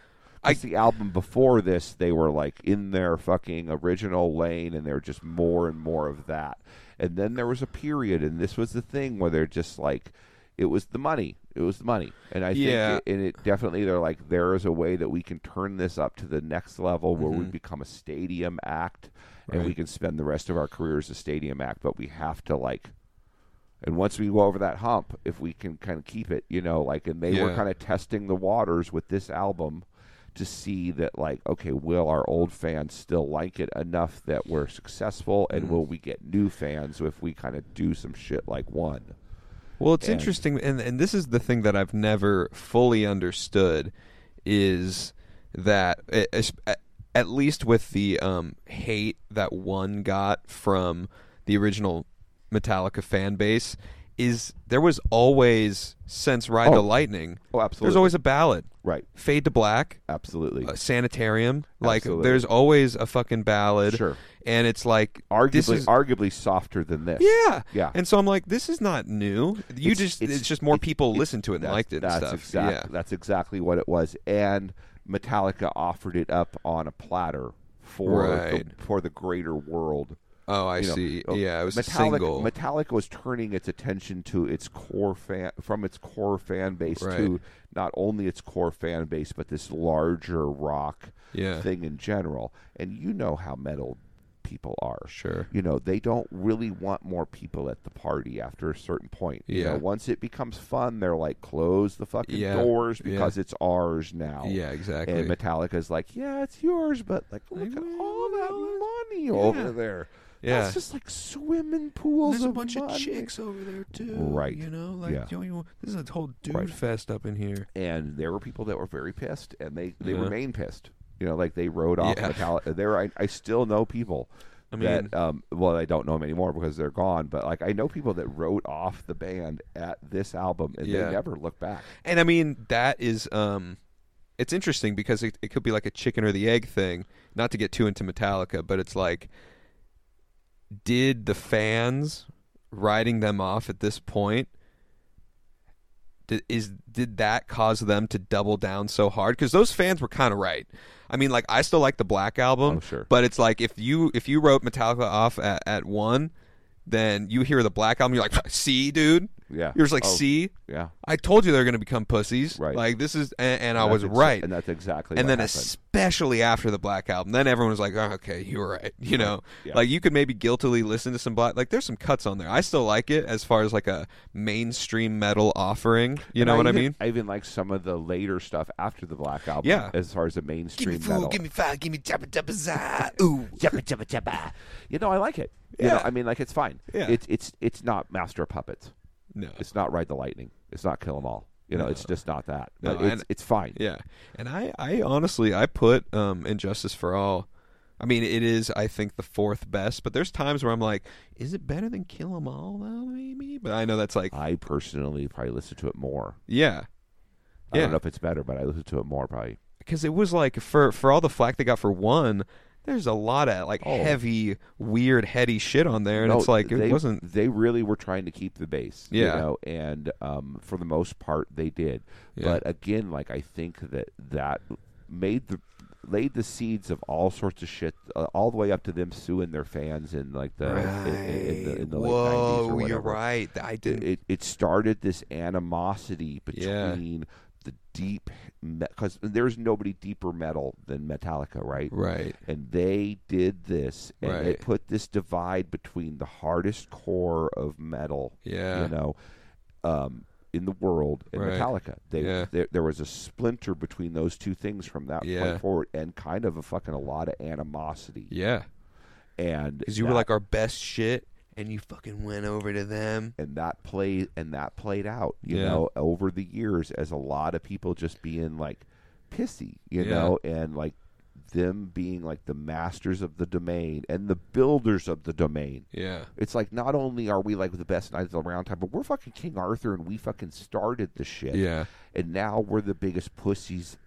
[SPEAKER 2] I-
[SPEAKER 3] 'Cause the album before this, they were like in their fucking original lane, and they were just more and more of that. And then there was a period, and this was the thing where they're just like, it was the money, it was the money, and I
[SPEAKER 2] Yeah.
[SPEAKER 3] think, it, and it definitely they're like, there is a way that we can turn this up to the next level where we become a stadium act, and we
[SPEAKER 2] Mm-hmm. Right.
[SPEAKER 3] can spend the rest of our careers as a stadium act, but we have to like and once we go over that hump, if we can kind of keep it, you know, like, and they were
[SPEAKER 2] Yeah.
[SPEAKER 3] kind of testing the waters with this album to see that, like, okay, will our old fans still like it enough that we're successful,
[SPEAKER 2] Mm.
[SPEAKER 3] and will we get new fans if we kind of do some shit like one?
[SPEAKER 2] Well, it's
[SPEAKER 3] And-
[SPEAKER 2] interesting, and and this is the thing that I've never fully understood is that a- as- a- at least with the um, hate that one got from the original Metallica fan base is there was always since Ride
[SPEAKER 3] Oh.
[SPEAKER 2] the Lightning.
[SPEAKER 3] Oh,
[SPEAKER 2] There's
[SPEAKER 3] absolutely.
[SPEAKER 2] always a ballad.
[SPEAKER 3] Right.
[SPEAKER 2] Fade to Black.
[SPEAKER 3] Absolutely.
[SPEAKER 2] Uh, sanitarium, like
[SPEAKER 3] Absolutely.
[SPEAKER 2] there's always a fucking ballad,
[SPEAKER 3] Sure.
[SPEAKER 2] and it's like this
[SPEAKER 3] arguably,
[SPEAKER 2] is
[SPEAKER 3] arguably softer than this.
[SPEAKER 2] yeah.
[SPEAKER 3] Yeah.
[SPEAKER 2] And so I'm like, this is not new. You
[SPEAKER 3] It's-
[SPEAKER 2] just it's,
[SPEAKER 3] it's-
[SPEAKER 2] just more
[SPEAKER 3] it-
[SPEAKER 2] people
[SPEAKER 3] it's-
[SPEAKER 2] listened to it and
[SPEAKER 3] that's-
[SPEAKER 2] liked it and
[SPEAKER 3] that's
[SPEAKER 2] stuff.
[SPEAKER 3] Exactly,
[SPEAKER 2] yeah.
[SPEAKER 3] That's exactly what it was. And Metallica offered it up on a platter for
[SPEAKER 2] Right.
[SPEAKER 3] the, for the greater world.
[SPEAKER 2] Oh, I
[SPEAKER 3] you know.
[SPEAKER 2] see.
[SPEAKER 3] So
[SPEAKER 2] yeah, it was
[SPEAKER 3] Metallica,
[SPEAKER 2] a single.
[SPEAKER 3] Metallica was turning its attention to its core fan from its core fan base to
[SPEAKER 2] Right.
[SPEAKER 3] not only its core fan base but this larger rock
[SPEAKER 2] Yeah.
[SPEAKER 3] thing in general. And you know how metal people are.
[SPEAKER 2] Sure.
[SPEAKER 3] You know, they don't really want more people at the party after a certain point. You know,
[SPEAKER 2] Yeah.
[SPEAKER 3] once it becomes fun, they're like, close the fucking
[SPEAKER 2] Yeah.
[SPEAKER 3] doors
[SPEAKER 2] Yeah.
[SPEAKER 3] because it's ours now.
[SPEAKER 2] Yeah, exactly.
[SPEAKER 3] And Metallica's like, yeah, it's yours, but like, look at all that money over there.
[SPEAKER 2] Yeah.
[SPEAKER 3] That's just like swimming pools
[SPEAKER 5] There's
[SPEAKER 3] of
[SPEAKER 5] a bunch
[SPEAKER 3] money.
[SPEAKER 5] of chicks over there too.
[SPEAKER 3] Right.
[SPEAKER 5] You know, like
[SPEAKER 3] Yeah.
[SPEAKER 5] you don't even- this is a whole dude
[SPEAKER 3] Right.
[SPEAKER 5] fest up in here.
[SPEAKER 3] And there were people that were very pissed, and they they
[SPEAKER 2] Yeah.
[SPEAKER 3] remain pissed. You know, like they rode off
[SPEAKER 2] Yeah.
[SPEAKER 3] Metallica. There, I, I still know people
[SPEAKER 5] I mean,
[SPEAKER 3] that um, well I don't know them anymore because they're gone but like I know people that wrote off the band at this album and
[SPEAKER 2] Yeah.
[SPEAKER 3] they never look back
[SPEAKER 2] And I mean that is um it's interesting because it, it could be like a chicken or the egg thing, not to get too into Metallica, but it's like did the fans writing them off at this point did, is did that cause them to double down so hard cuz those fans were kind of right. I mean like I still like the Black album,
[SPEAKER 3] Oh, sure.
[SPEAKER 2] but it's like if you if you wrote Metallica off at, at 1, then you hear the Black album you're like, "See, dude?"
[SPEAKER 3] Yeah.
[SPEAKER 2] You're just like,
[SPEAKER 3] Oh.
[SPEAKER 2] "See?"
[SPEAKER 3] yeah
[SPEAKER 2] I told you they're going to become pussies.
[SPEAKER 3] Right.
[SPEAKER 2] Like this is, and, and I
[SPEAKER 3] That's
[SPEAKER 2] was
[SPEAKER 3] exa-
[SPEAKER 2] right.
[SPEAKER 3] and that's exactly
[SPEAKER 2] And
[SPEAKER 3] what
[SPEAKER 2] then
[SPEAKER 3] happened.
[SPEAKER 2] especially after the Black Album, then everyone was like, oh, okay, you were right. You know,
[SPEAKER 3] Yeah.
[SPEAKER 2] like you could maybe guiltily listen to some Black. Like there's some cuts on there. I still like it as far as like a mainstream metal offering. You
[SPEAKER 3] And
[SPEAKER 2] know what
[SPEAKER 3] even,
[SPEAKER 2] I mean?
[SPEAKER 3] I even like some of the later stuff after the Black Album.
[SPEAKER 2] Yeah.
[SPEAKER 3] as far as the mainstream metal.
[SPEAKER 2] fire, give me jabba jabba za. Ooh.
[SPEAKER 3] Jabba, jabba, jabba. You know, I like it. You know,
[SPEAKER 2] Yeah.
[SPEAKER 3] I mean, like it's fine.
[SPEAKER 2] Yeah.
[SPEAKER 3] It's it's it's not Master of Puppets.
[SPEAKER 2] No.
[SPEAKER 3] It's not Ride the Lightning. It's not Kill 'Em All. You know, it's just not that.
[SPEAKER 2] No,
[SPEAKER 3] But it's
[SPEAKER 2] and-
[SPEAKER 3] it's fine.
[SPEAKER 2] Yeah, and I, I honestly, I put um, Injustice for All. I mean, it is, I think, the fourth best. But there's times where I'm like, is it better than Kill 'Em All? Though maybe, but I know that's like,
[SPEAKER 3] I personally probably listen to it more.
[SPEAKER 2] yeah,
[SPEAKER 3] I
[SPEAKER 2] yeah,
[SPEAKER 3] don't know if it's better, but I listen to it more probably.
[SPEAKER 2] because it was like for for all the flack they got for one. There's a lot of like
[SPEAKER 3] Oh.
[SPEAKER 2] heavy, weird, heady shit on there, and
[SPEAKER 3] No,
[SPEAKER 2] it's like it
[SPEAKER 3] they,
[SPEAKER 2] wasn't.
[SPEAKER 3] They really were trying to keep the base,
[SPEAKER 2] Yeah.
[SPEAKER 3] You know, and um, for the most part, they did.
[SPEAKER 2] Yeah.
[SPEAKER 3] But again, like I think that that made the laid the seeds of all sorts of shit, uh, all the way up to them suing their fans in like the in, in- in the, in the late nineties or
[SPEAKER 2] Whoa,
[SPEAKER 3] whatever.
[SPEAKER 2] you're right. I
[SPEAKER 3] It,
[SPEAKER 2] didn't.
[SPEAKER 3] it it started this animosity
[SPEAKER 2] Yeah.
[SPEAKER 3] between the deep because there's nobody deeper metal than Metallica, right?
[SPEAKER 2] right.
[SPEAKER 3] and they did this and they
[SPEAKER 2] Right.
[SPEAKER 3] put this divide between the hardest core of metal
[SPEAKER 2] Yeah.
[SPEAKER 3] you know um, in the world and
[SPEAKER 2] Right.
[SPEAKER 3] metallica they,
[SPEAKER 2] Yeah.
[SPEAKER 3] there, there was a splinter between those two things from that
[SPEAKER 2] Yeah.
[SPEAKER 3] point forward and kind of a fucking a lot of animosity
[SPEAKER 2] Yeah.
[SPEAKER 3] and
[SPEAKER 2] Because you were
[SPEAKER 3] that-
[SPEAKER 2] like our best shit, and you fucking went over to them.
[SPEAKER 3] and that play and that played out you
[SPEAKER 2] Yeah.
[SPEAKER 3] know over the years as a lot of people just being like pissy you
[SPEAKER 2] Yeah.
[SPEAKER 3] know and like them being like the masters of the domain and the builders of the domain
[SPEAKER 2] Yeah.
[SPEAKER 3] It's like not only are we like the best knights of the round table, but we're fucking King Arthur and we fucking started the shit.
[SPEAKER 2] Yeah.
[SPEAKER 3] And now we're the biggest pussies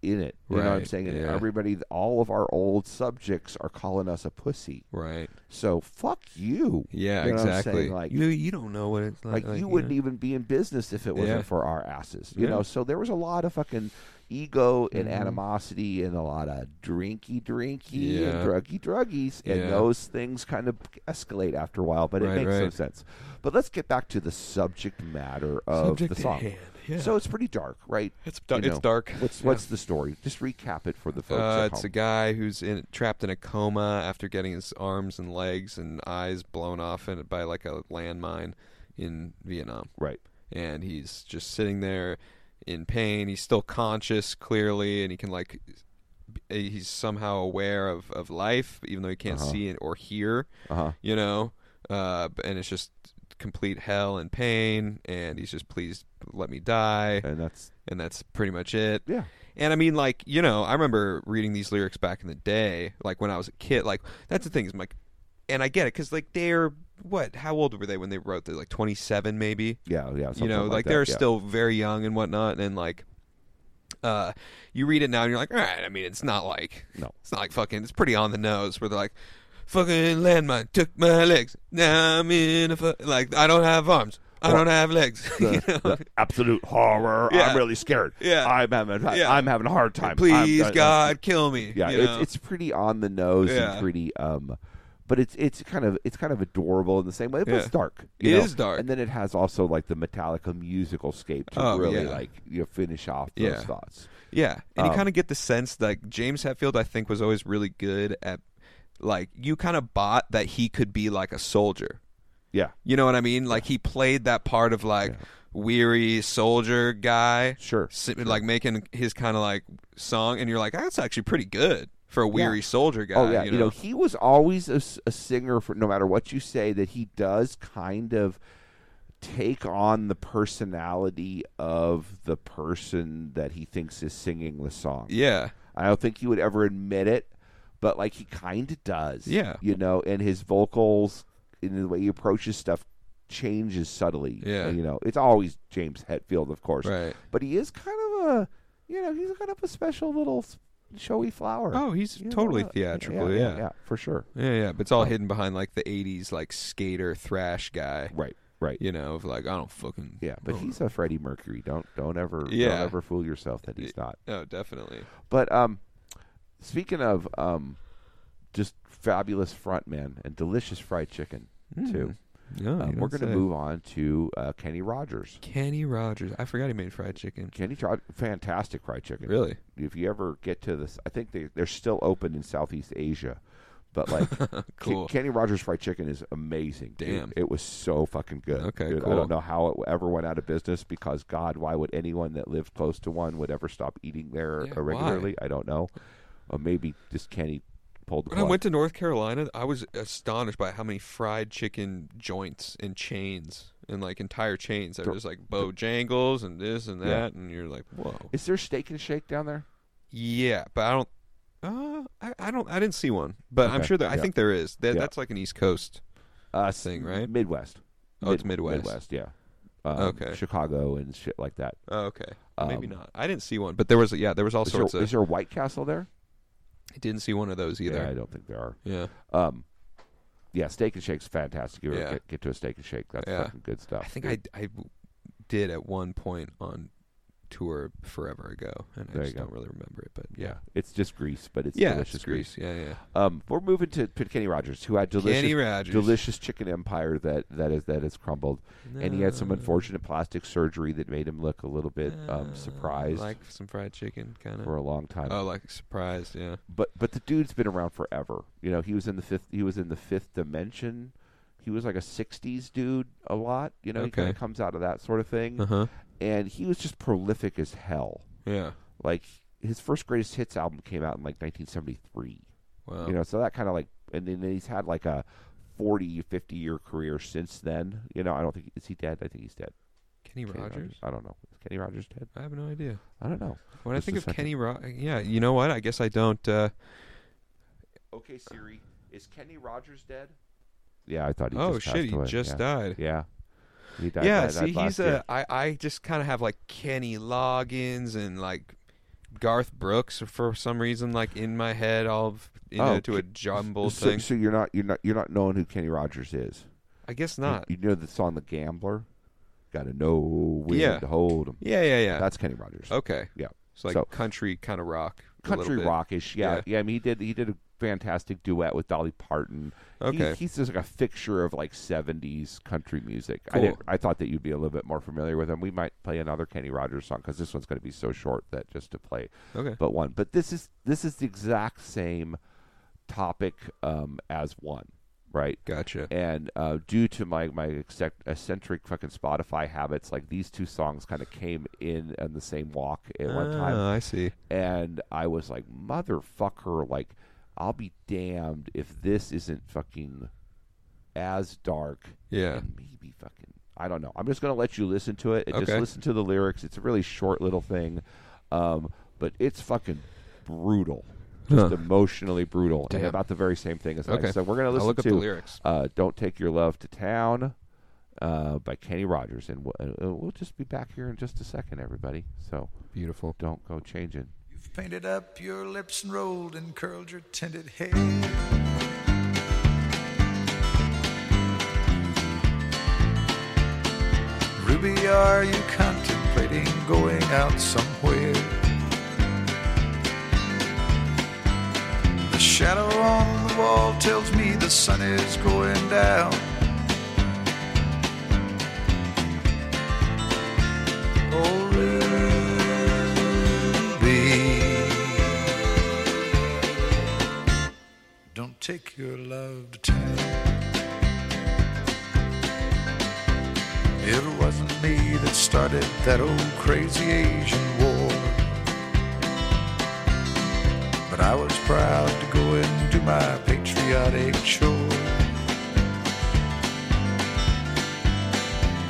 [SPEAKER 3] in it. You know what I'm
[SPEAKER 2] Right,
[SPEAKER 3] saying? And
[SPEAKER 2] yeah.
[SPEAKER 3] everybody all of our old subjects are calling us a pussy.
[SPEAKER 2] Right.
[SPEAKER 3] So fuck you.
[SPEAKER 2] Yeah,
[SPEAKER 3] You know what I'm
[SPEAKER 2] exactly.
[SPEAKER 3] saying? Like
[SPEAKER 2] you you don't know what it's like.
[SPEAKER 3] like, you wouldn't even be in business if it wasn't
[SPEAKER 2] Yeah.
[SPEAKER 3] for our asses. You
[SPEAKER 2] Yeah. Mm-hmm.
[SPEAKER 3] know, so there was a lot of fucking ego and animosity and a lot of drinky drinky
[SPEAKER 2] Yeah.
[SPEAKER 3] and druggy druggies and
[SPEAKER 2] Yeah.
[SPEAKER 3] those things kind of escalate after a while, but it
[SPEAKER 2] Right,
[SPEAKER 3] makes some
[SPEAKER 2] right.
[SPEAKER 3] sense. But let's get back to the subject matter of
[SPEAKER 2] Subject
[SPEAKER 3] the
[SPEAKER 2] at
[SPEAKER 3] song.
[SPEAKER 2] hand, yeah.
[SPEAKER 3] So it's pretty dark, right?
[SPEAKER 2] It's dar-
[SPEAKER 3] You
[SPEAKER 2] it's dark,
[SPEAKER 3] What's
[SPEAKER 2] yeah.
[SPEAKER 3] what's the story? Just recap it for the folks
[SPEAKER 2] Uh,
[SPEAKER 3] at
[SPEAKER 2] it's a
[SPEAKER 3] home.
[SPEAKER 2] guy who's in, trapped in a coma after getting his arms and legs and eyes blown off in, by like a landmine in Vietnam,
[SPEAKER 3] right.
[SPEAKER 2] and he's just sitting there in pain. He's still conscious, clearly, and he can like b- he's somehow aware of of life, even though he can't
[SPEAKER 3] Uh-huh.
[SPEAKER 2] see it or hear.
[SPEAKER 3] Uh-huh.
[SPEAKER 2] you know uh b- and it's just complete hell and pain and he's just please let me die
[SPEAKER 3] And that's
[SPEAKER 2] and that's pretty much it
[SPEAKER 3] yeah.
[SPEAKER 2] and i mean like you know i remember reading these lyrics back in the day like when i was a kid like that's the thing is like and i get it because like they're what how old were they when they wrote they like 27 maybe
[SPEAKER 3] Yeah, yeah.
[SPEAKER 2] you
[SPEAKER 3] something
[SPEAKER 2] know like,
[SPEAKER 3] like, that,
[SPEAKER 2] they're
[SPEAKER 3] yeah.
[SPEAKER 2] still very young and whatnot and like uh you read it now and you're like all right i mean it's not like
[SPEAKER 3] No.
[SPEAKER 2] it's not like fucking it's pretty on the nose where they're like fucking landmine took my legs now i'm in a fu-. like i don't have arms i don't have legs you know?
[SPEAKER 3] the absolute horror.
[SPEAKER 2] Yeah.
[SPEAKER 3] I'm really scared.
[SPEAKER 2] Yeah.
[SPEAKER 3] I'm having
[SPEAKER 2] Yeah.
[SPEAKER 3] I'm having a hard time.
[SPEAKER 2] please
[SPEAKER 3] I'm- uh,
[SPEAKER 2] god kill me
[SPEAKER 3] Yeah,
[SPEAKER 2] you know?
[SPEAKER 3] it's, it's pretty on the nose
[SPEAKER 2] Yeah.
[SPEAKER 3] and pretty um but it's it's kind of it's kind of adorable in the same way, but
[SPEAKER 2] Yeah.
[SPEAKER 3] it's dark.
[SPEAKER 2] It
[SPEAKER 3] It is
[SPEAKER 2] is dark.
[SPEAKER 3] And then it has also like the Metallica musical scape to
[SPEAKER 2] Oh,
[SPEAKER 3] really
[SPEAKER 2] yeah.
[SPEAKER 3] like you know, finish off those
[SPEAKER 2] Yeah.
[SPEAKER 3] thoughts.
[SPEAKER 2] Yeah, and you
[SPEAKER 3] Um,
[SPEAKER 2] kind of get the sense that James Hetfield, I think, was always really good at, like, you kind of bought that he could be like a soldier.
[SPEAKER 3] Yeah.
[SPEAKER 2] You know what I mean? Like he played that part of like weary soldier guy,
[SPEAKER 3] Sure,
[SPEAKER 2] si- like making his kind of like song, and you're like, that's actually pretty good for a weary soldier guy.
[SPEAKER 3] oh yeah,
[SPEAKER 2] you
[SPEAKER 3] you
[SPEAKER 2] know,
[SPEAKER 3] he was always a, s- a singer for no matter what you say that he does kind of take on the personality of the person that he thinks is singing the song.
[SPEAKER 2] yeah,
[SPEAKER 3] I don't think he would ever admit it, but like he kind of does.
[SPEAKER 2] Yeah.
[SPEAKER 3] You know, and his vocals and the way he approaches stuff changes subtly.
[SPEAKER 2] Yeah.
[SPEAKER 3] You know, it's always James Hetfield, of course.
[SPEAKER 2] Right.
[SPEAKER 3] But he is kind of a, you know, he's kind of a special little s- showy flower.
[SPEAKER 2] Oh, he's
[SPEAKER 3] You know,
[SPEAKER 2] totally
[SPEAKER 3] uh, yeah,
[SPEAKER 2] theatrical.
[SPEAKER 3] yeah,
[SPEAKER 2] Yeah.
[SPEAKER 3] yeah, for sure.
[SPEAKER 2] Yeah, yeah, but it's all hidden behind like the '80s like skater thrash guy,
[SPEAKER 3] Right, right.
[SPEAKER 2] you know, of like I don't fucking
[SPEAKER 3] Yeah, but
[SPEAKER 2] I don't
[SPEAKER 3] he's a Freddie Mercury. Don't don't ever
[SPEAKER 2] Yeah.
[SPEAKER 3] don't ever fool yourself that he's not.
[SPEAKER 2] know. no, Oh, definitely.
[SPEAKER 3] But um, speaking of um, just fabulous frontman and delicious fried chicken
[SPEAKER 2] Hmm,
[SPEAKER 3] too.
[SPEAKER 2] Yeah,
[SPEAKER 3] Um, we're going to move on to uh, Kenny Rogers.
[SPEAKER 2] Kenny Rogers. I forgot he made fried chicken.
[SPEAKER 3] Kenny, Rogers, fantastic fried chicken.
[SPEAKER 2] Really?
[SPEAKER 3] If you ever get to this, I think they they're still open in Southeast Asia, but like Ke-
[SPEAKER 2] Cool.
[SPEAKER 3] Kenny Rogers fried chicken is amazing. dude.
[SPEAKER 2] Damn.
[SPEAKER 3] it was so fucking good.
[SPEAKER 2] Okay,
[SPEAKER 3] dude, I
[SPEAKER 2] cool.
[SPEAKER 3] don't know how it ever went out of business because God, why would anyone that lived close to one would ever stop eating there
[SPEAKER 2] Yeah,
[SPEAKER 3] regularly? I don't know. Or maybe just Kenny pulled the
[SPEAKER 2] When I
[SPEAKER 3] plug.
[SPEAKER 2] went to North Carolina, I was astonished by how many fried chicken joints and chains and like entire chains. There
[SPEAKER 3] They're-
[SPEAKER 2] was like Bojangles and this and
[SPEAKER 3] Yeah.
[SPEAKER 2] that, and you're like, whoa.
[SPEAKER 3] is there Steak and Shake down there?
[SPEAKER 2] Yeah, but I don't. Uh, I, I don't. I didn't see one, but I'm
[SPEAKER 3] Okay,
[SPEAKER 2] sure that I
[SPEAKER 3] yeah.
[SPEAKER 2] think there is. That,
[SPEAKER 3] Yeah.
[SPEAKER 2] That's like an East Coast.
[SPEAKER 3] Uh,
[SPEAKER 2] Thing, right?
[SPEAKER 3] Midwest.
[SPEAKER 2] Oh, it's Midwest.
[SPEAKER 3] Midwest, yeah. Um,
[SPEAKER 2] Okay.
[SPEAKER 3] Chicago and shit like that.
[SPEAKER 2] Oh, okay, maybe
[SPEAKER 3] Um,
[SPEAKER 2] not. I didn't see one, but there was. Yeah, there was all
[SPEAKER 3] Is there,
[SPEAKER 2] sorts
[SPEAKER 3] is
[SPEAKER 2] of.
[SPEAKER 3] there a White Castle there?
[SPEAKER 2] I didn't see one of those
[SPEAKER 3] Yeah, I
[SPEAKER 2] either.
[SPEAKER 3] don't think there are.
[SPEAKER 2] Yeah,
[SPEAKER 3] Um, yeah, Steak and Shake's fantastic. You ever
[SPEAKER 2] Yeah.
[SPEAKER 3] get, get to a Steak and Shake, that's
[SPEAKER 2] Yeah.
[SPEAKER 3] fucking good stuff.
[SPEAKER 2] I think I, I w- did at one point on tour forever ago, and
[SPEAKER 3] There
[SPEAKER 2] I
[SPEAKER 3] you
[SPEAKER 2] just
[SPEAKER 3] go.
[SPEAKER 2] don't really remember it. But yeah,
[SPEAKER 3] Yeah, it's just grease, but it's
[SPEAKER 2] yeah,
[SPEAKER 3] delicious
[SPEAKER 2] it's Greece. Yeah, yeah.
[SPEAKER 3] Um, we're moving to Pit Kenny Rogers, who had delicious,
[SPEAKER 2] Kenny Rogers.
[SPEAKER 3] delicious chicken empire that that is that has crumbled, and he had some
[SPEAKER 2] No.
[SPEAKER 3] unfortunate plastic surgery that made him look a little bit um,
[SPEAKER 2] Uh,
[SPEAKER 3] surprised
[SPEAKER 2] like some fried chicken, kind
[SPEAKER 3] for
[SPEAKER 2] of.
[SPEAKER 3] a long time.
[SPEAKER 2] Oh, like surprised. Yeah.
[SPEAKER 3] but but the dude's been around forever. You know, he was in the fifth. He was in the fifth dimension. He was like a '60s dude a lot. You know, he
[SPEAKER 2] Okay.
[SPEAKER 3] kind of comes out of that sort of thing,
[SPEAKER 2] Uh huh.
[SPEAKER 3] and he was just prolific as hell.
[SPEAKER 2] Yeah.
[SPEAKER 3] Like his first greatest hits album came out in like 1973.
[SPEAKER 2] Wow.
[SPEAKER 3] You know, so that kind of like, and then he's had like a 40, 50 year career since then. You know, I don't think is he dead. I think he's dead.
[SPEAKER 2] Kenny
[SPEAKER 3] Kenny
[SPEAKER 2] Rogers?
[SPEAKER 3] I don't know. Is Kenny Rogers dead?
[SPEAKER 2] I have no idea.
[SPEAKER 3] I don't know.
[SPEAKER 2] When
[SPEAKER 3] Just
[SPEAKER 2] I think
[SPEAKER 3] a
[SPEAKER 2] of
[SPEAKER 3] second.
[SPEAKER 2] Kenny Ro yeah, you know what? I guess I don't. Uh,
[SPEAKER 3] Okay, Siri, is Kenny Rogers dead? Yeah, I thought he.
[SPEAKER 2] oh
[SPEAKER 3] just
[SPEAKER 2] shit,
[SPEAKER 3] passed
[SPEAKER 2] he
[SPEAKER 3] away.
[SPEAKER 2] just
[SPEAKER 3] yeah.
[SPEAKER 2] died.
[SPEAKER 3] Yeah. He died,
[SPEAKER 2] yeah,
[SPEAKER 3] died-
[SPEAKER 2] see,
[SPEAKER 3] died last
[SPEAKER 2] he's
[SPEAKER 3] year.
[SPEAKER 2] a. I I just kind of have like Kenny Loggins and like Garth Brooks for some reason, like in my head, all of- you
[SPEAKER 3] Oh,
[SPEAKER 2] know, to a
[SPEAKER 3] K-
[SPEAKER 2] jumbled
[SPEAKER 3] so,
[SPEAKER 2] thing.
[SPEAKER 3] so you're not you're not you're not knowing who Kenny Rogers is.
[SPEAKER 2] I guess
[SPEAKER 3] You-
[SPEAKER 2] not.
[SPEAKER 3] You, know the song The Gambler? Gotta know when
[SPEAKER 2] Yeah.
[SPEAKER 3] to hold him.
[SPEAKER 2] Yeah, Oh. yeah, yeah.
[SPEAKER 3] That's Kenny Rogers.
[SPEAKER 2] okay.
[SPEAKER 3] Yeah.
[SPEAKER 2] It's like
[SPEAKER 3] So-
[SPEAKER 2] country kind of rock. a little
[SPEAKER 3] Country
[SPEAKER 2] bit.
[SPEAKER 3] rockish, yeah. yeah.
[SPEAKER 2] Yeah.
[SPEAKER 3] I mean he did he did a fantastic duet with Dolly Parton. He-
[SPEAKER 2] Okay.
[SPEAKER 3] he's just like a fixture of like seventies country music. I
[SPEAKER 2] Cool.
[SPEAKER 3] didn't, I thought that you'd be a little bit more familiar with him. We might play another Kenny Rogers song because this one's gonna be so short that just to play
[SPEAKER 2] Okay.
[SPEAKER 3] but one. But this is this is the exact same topic um, as one, right?
[SPEAKER 2] Gotcha.
[SPEAKER 3] And uh, due to my my exec- eccentric fucking Spotify habits, like these two songs kind of came in on the same walk at one time,
[SPEAKER 2] Ah, I see.
[SPEAKER 3] and I was like, motherfucker, like I'll be damned if this isn't fucking as dark.
[SPEAKER 2] Yeah.
[SPEAKER 3] and maybe fucking. I don't know. I'm just gonna let you listen to it and just
[SPEAKER 2] Okay.
[SPEAKER 3] listen to the lyrics. It's a really short little thing, um, but it's fucking brutal, just
[SPEAKER 2] Huh.
[SPEAKER 3] emotionally brutal, and
[SPEAKER 2] Damn.
[SPEAKER 3] about the very same thing as that.
[SPEAKER 2] Okay.
[SPEAKER 3] So we're gonna
[SPEAKER 2] I'll
[SPEAKER 3] listen
[SPEAKER 2] look up
[SPEAKER 3] to
[SPEAKER 2] the lyrics.
[SPEAKER 3] Uh, "Don't Take Your Love to Town" uh, by Kenny Rogers, and we'll, uh, we'll just be back here in just a second, everybody. So
[SPEAKER 2] Beautiful.
[SPEAKER 3] don't go changing.
[SPEAKER 6] You've painted up your lips and rolled and curled your tinted hair. Ruby, are you contemplating going out somewhere? The shadow on the wall tells me the sun is going down. Oh, be. Don't take your love to town. It wasn't me that started that old crazy Asian war. But I was proud to go and do my patriotic chore.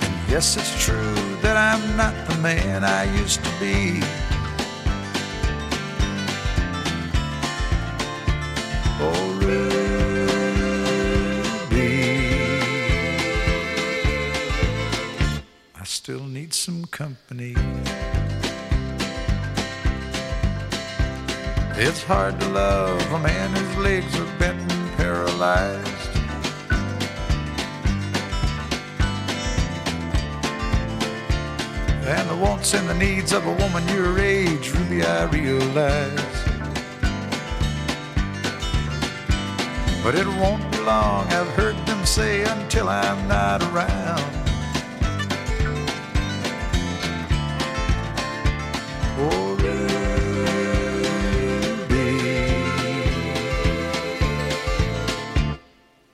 [SPEAKER 6] And yes, it's true that I'm not the man I used to be. It's hard to love a man whose legs are bent and paralyzed. And the wants and the needs of a woman your age, Ruby, I realize. But it won't be long, I've heard them say, until I'm not around. Oh, Ruby,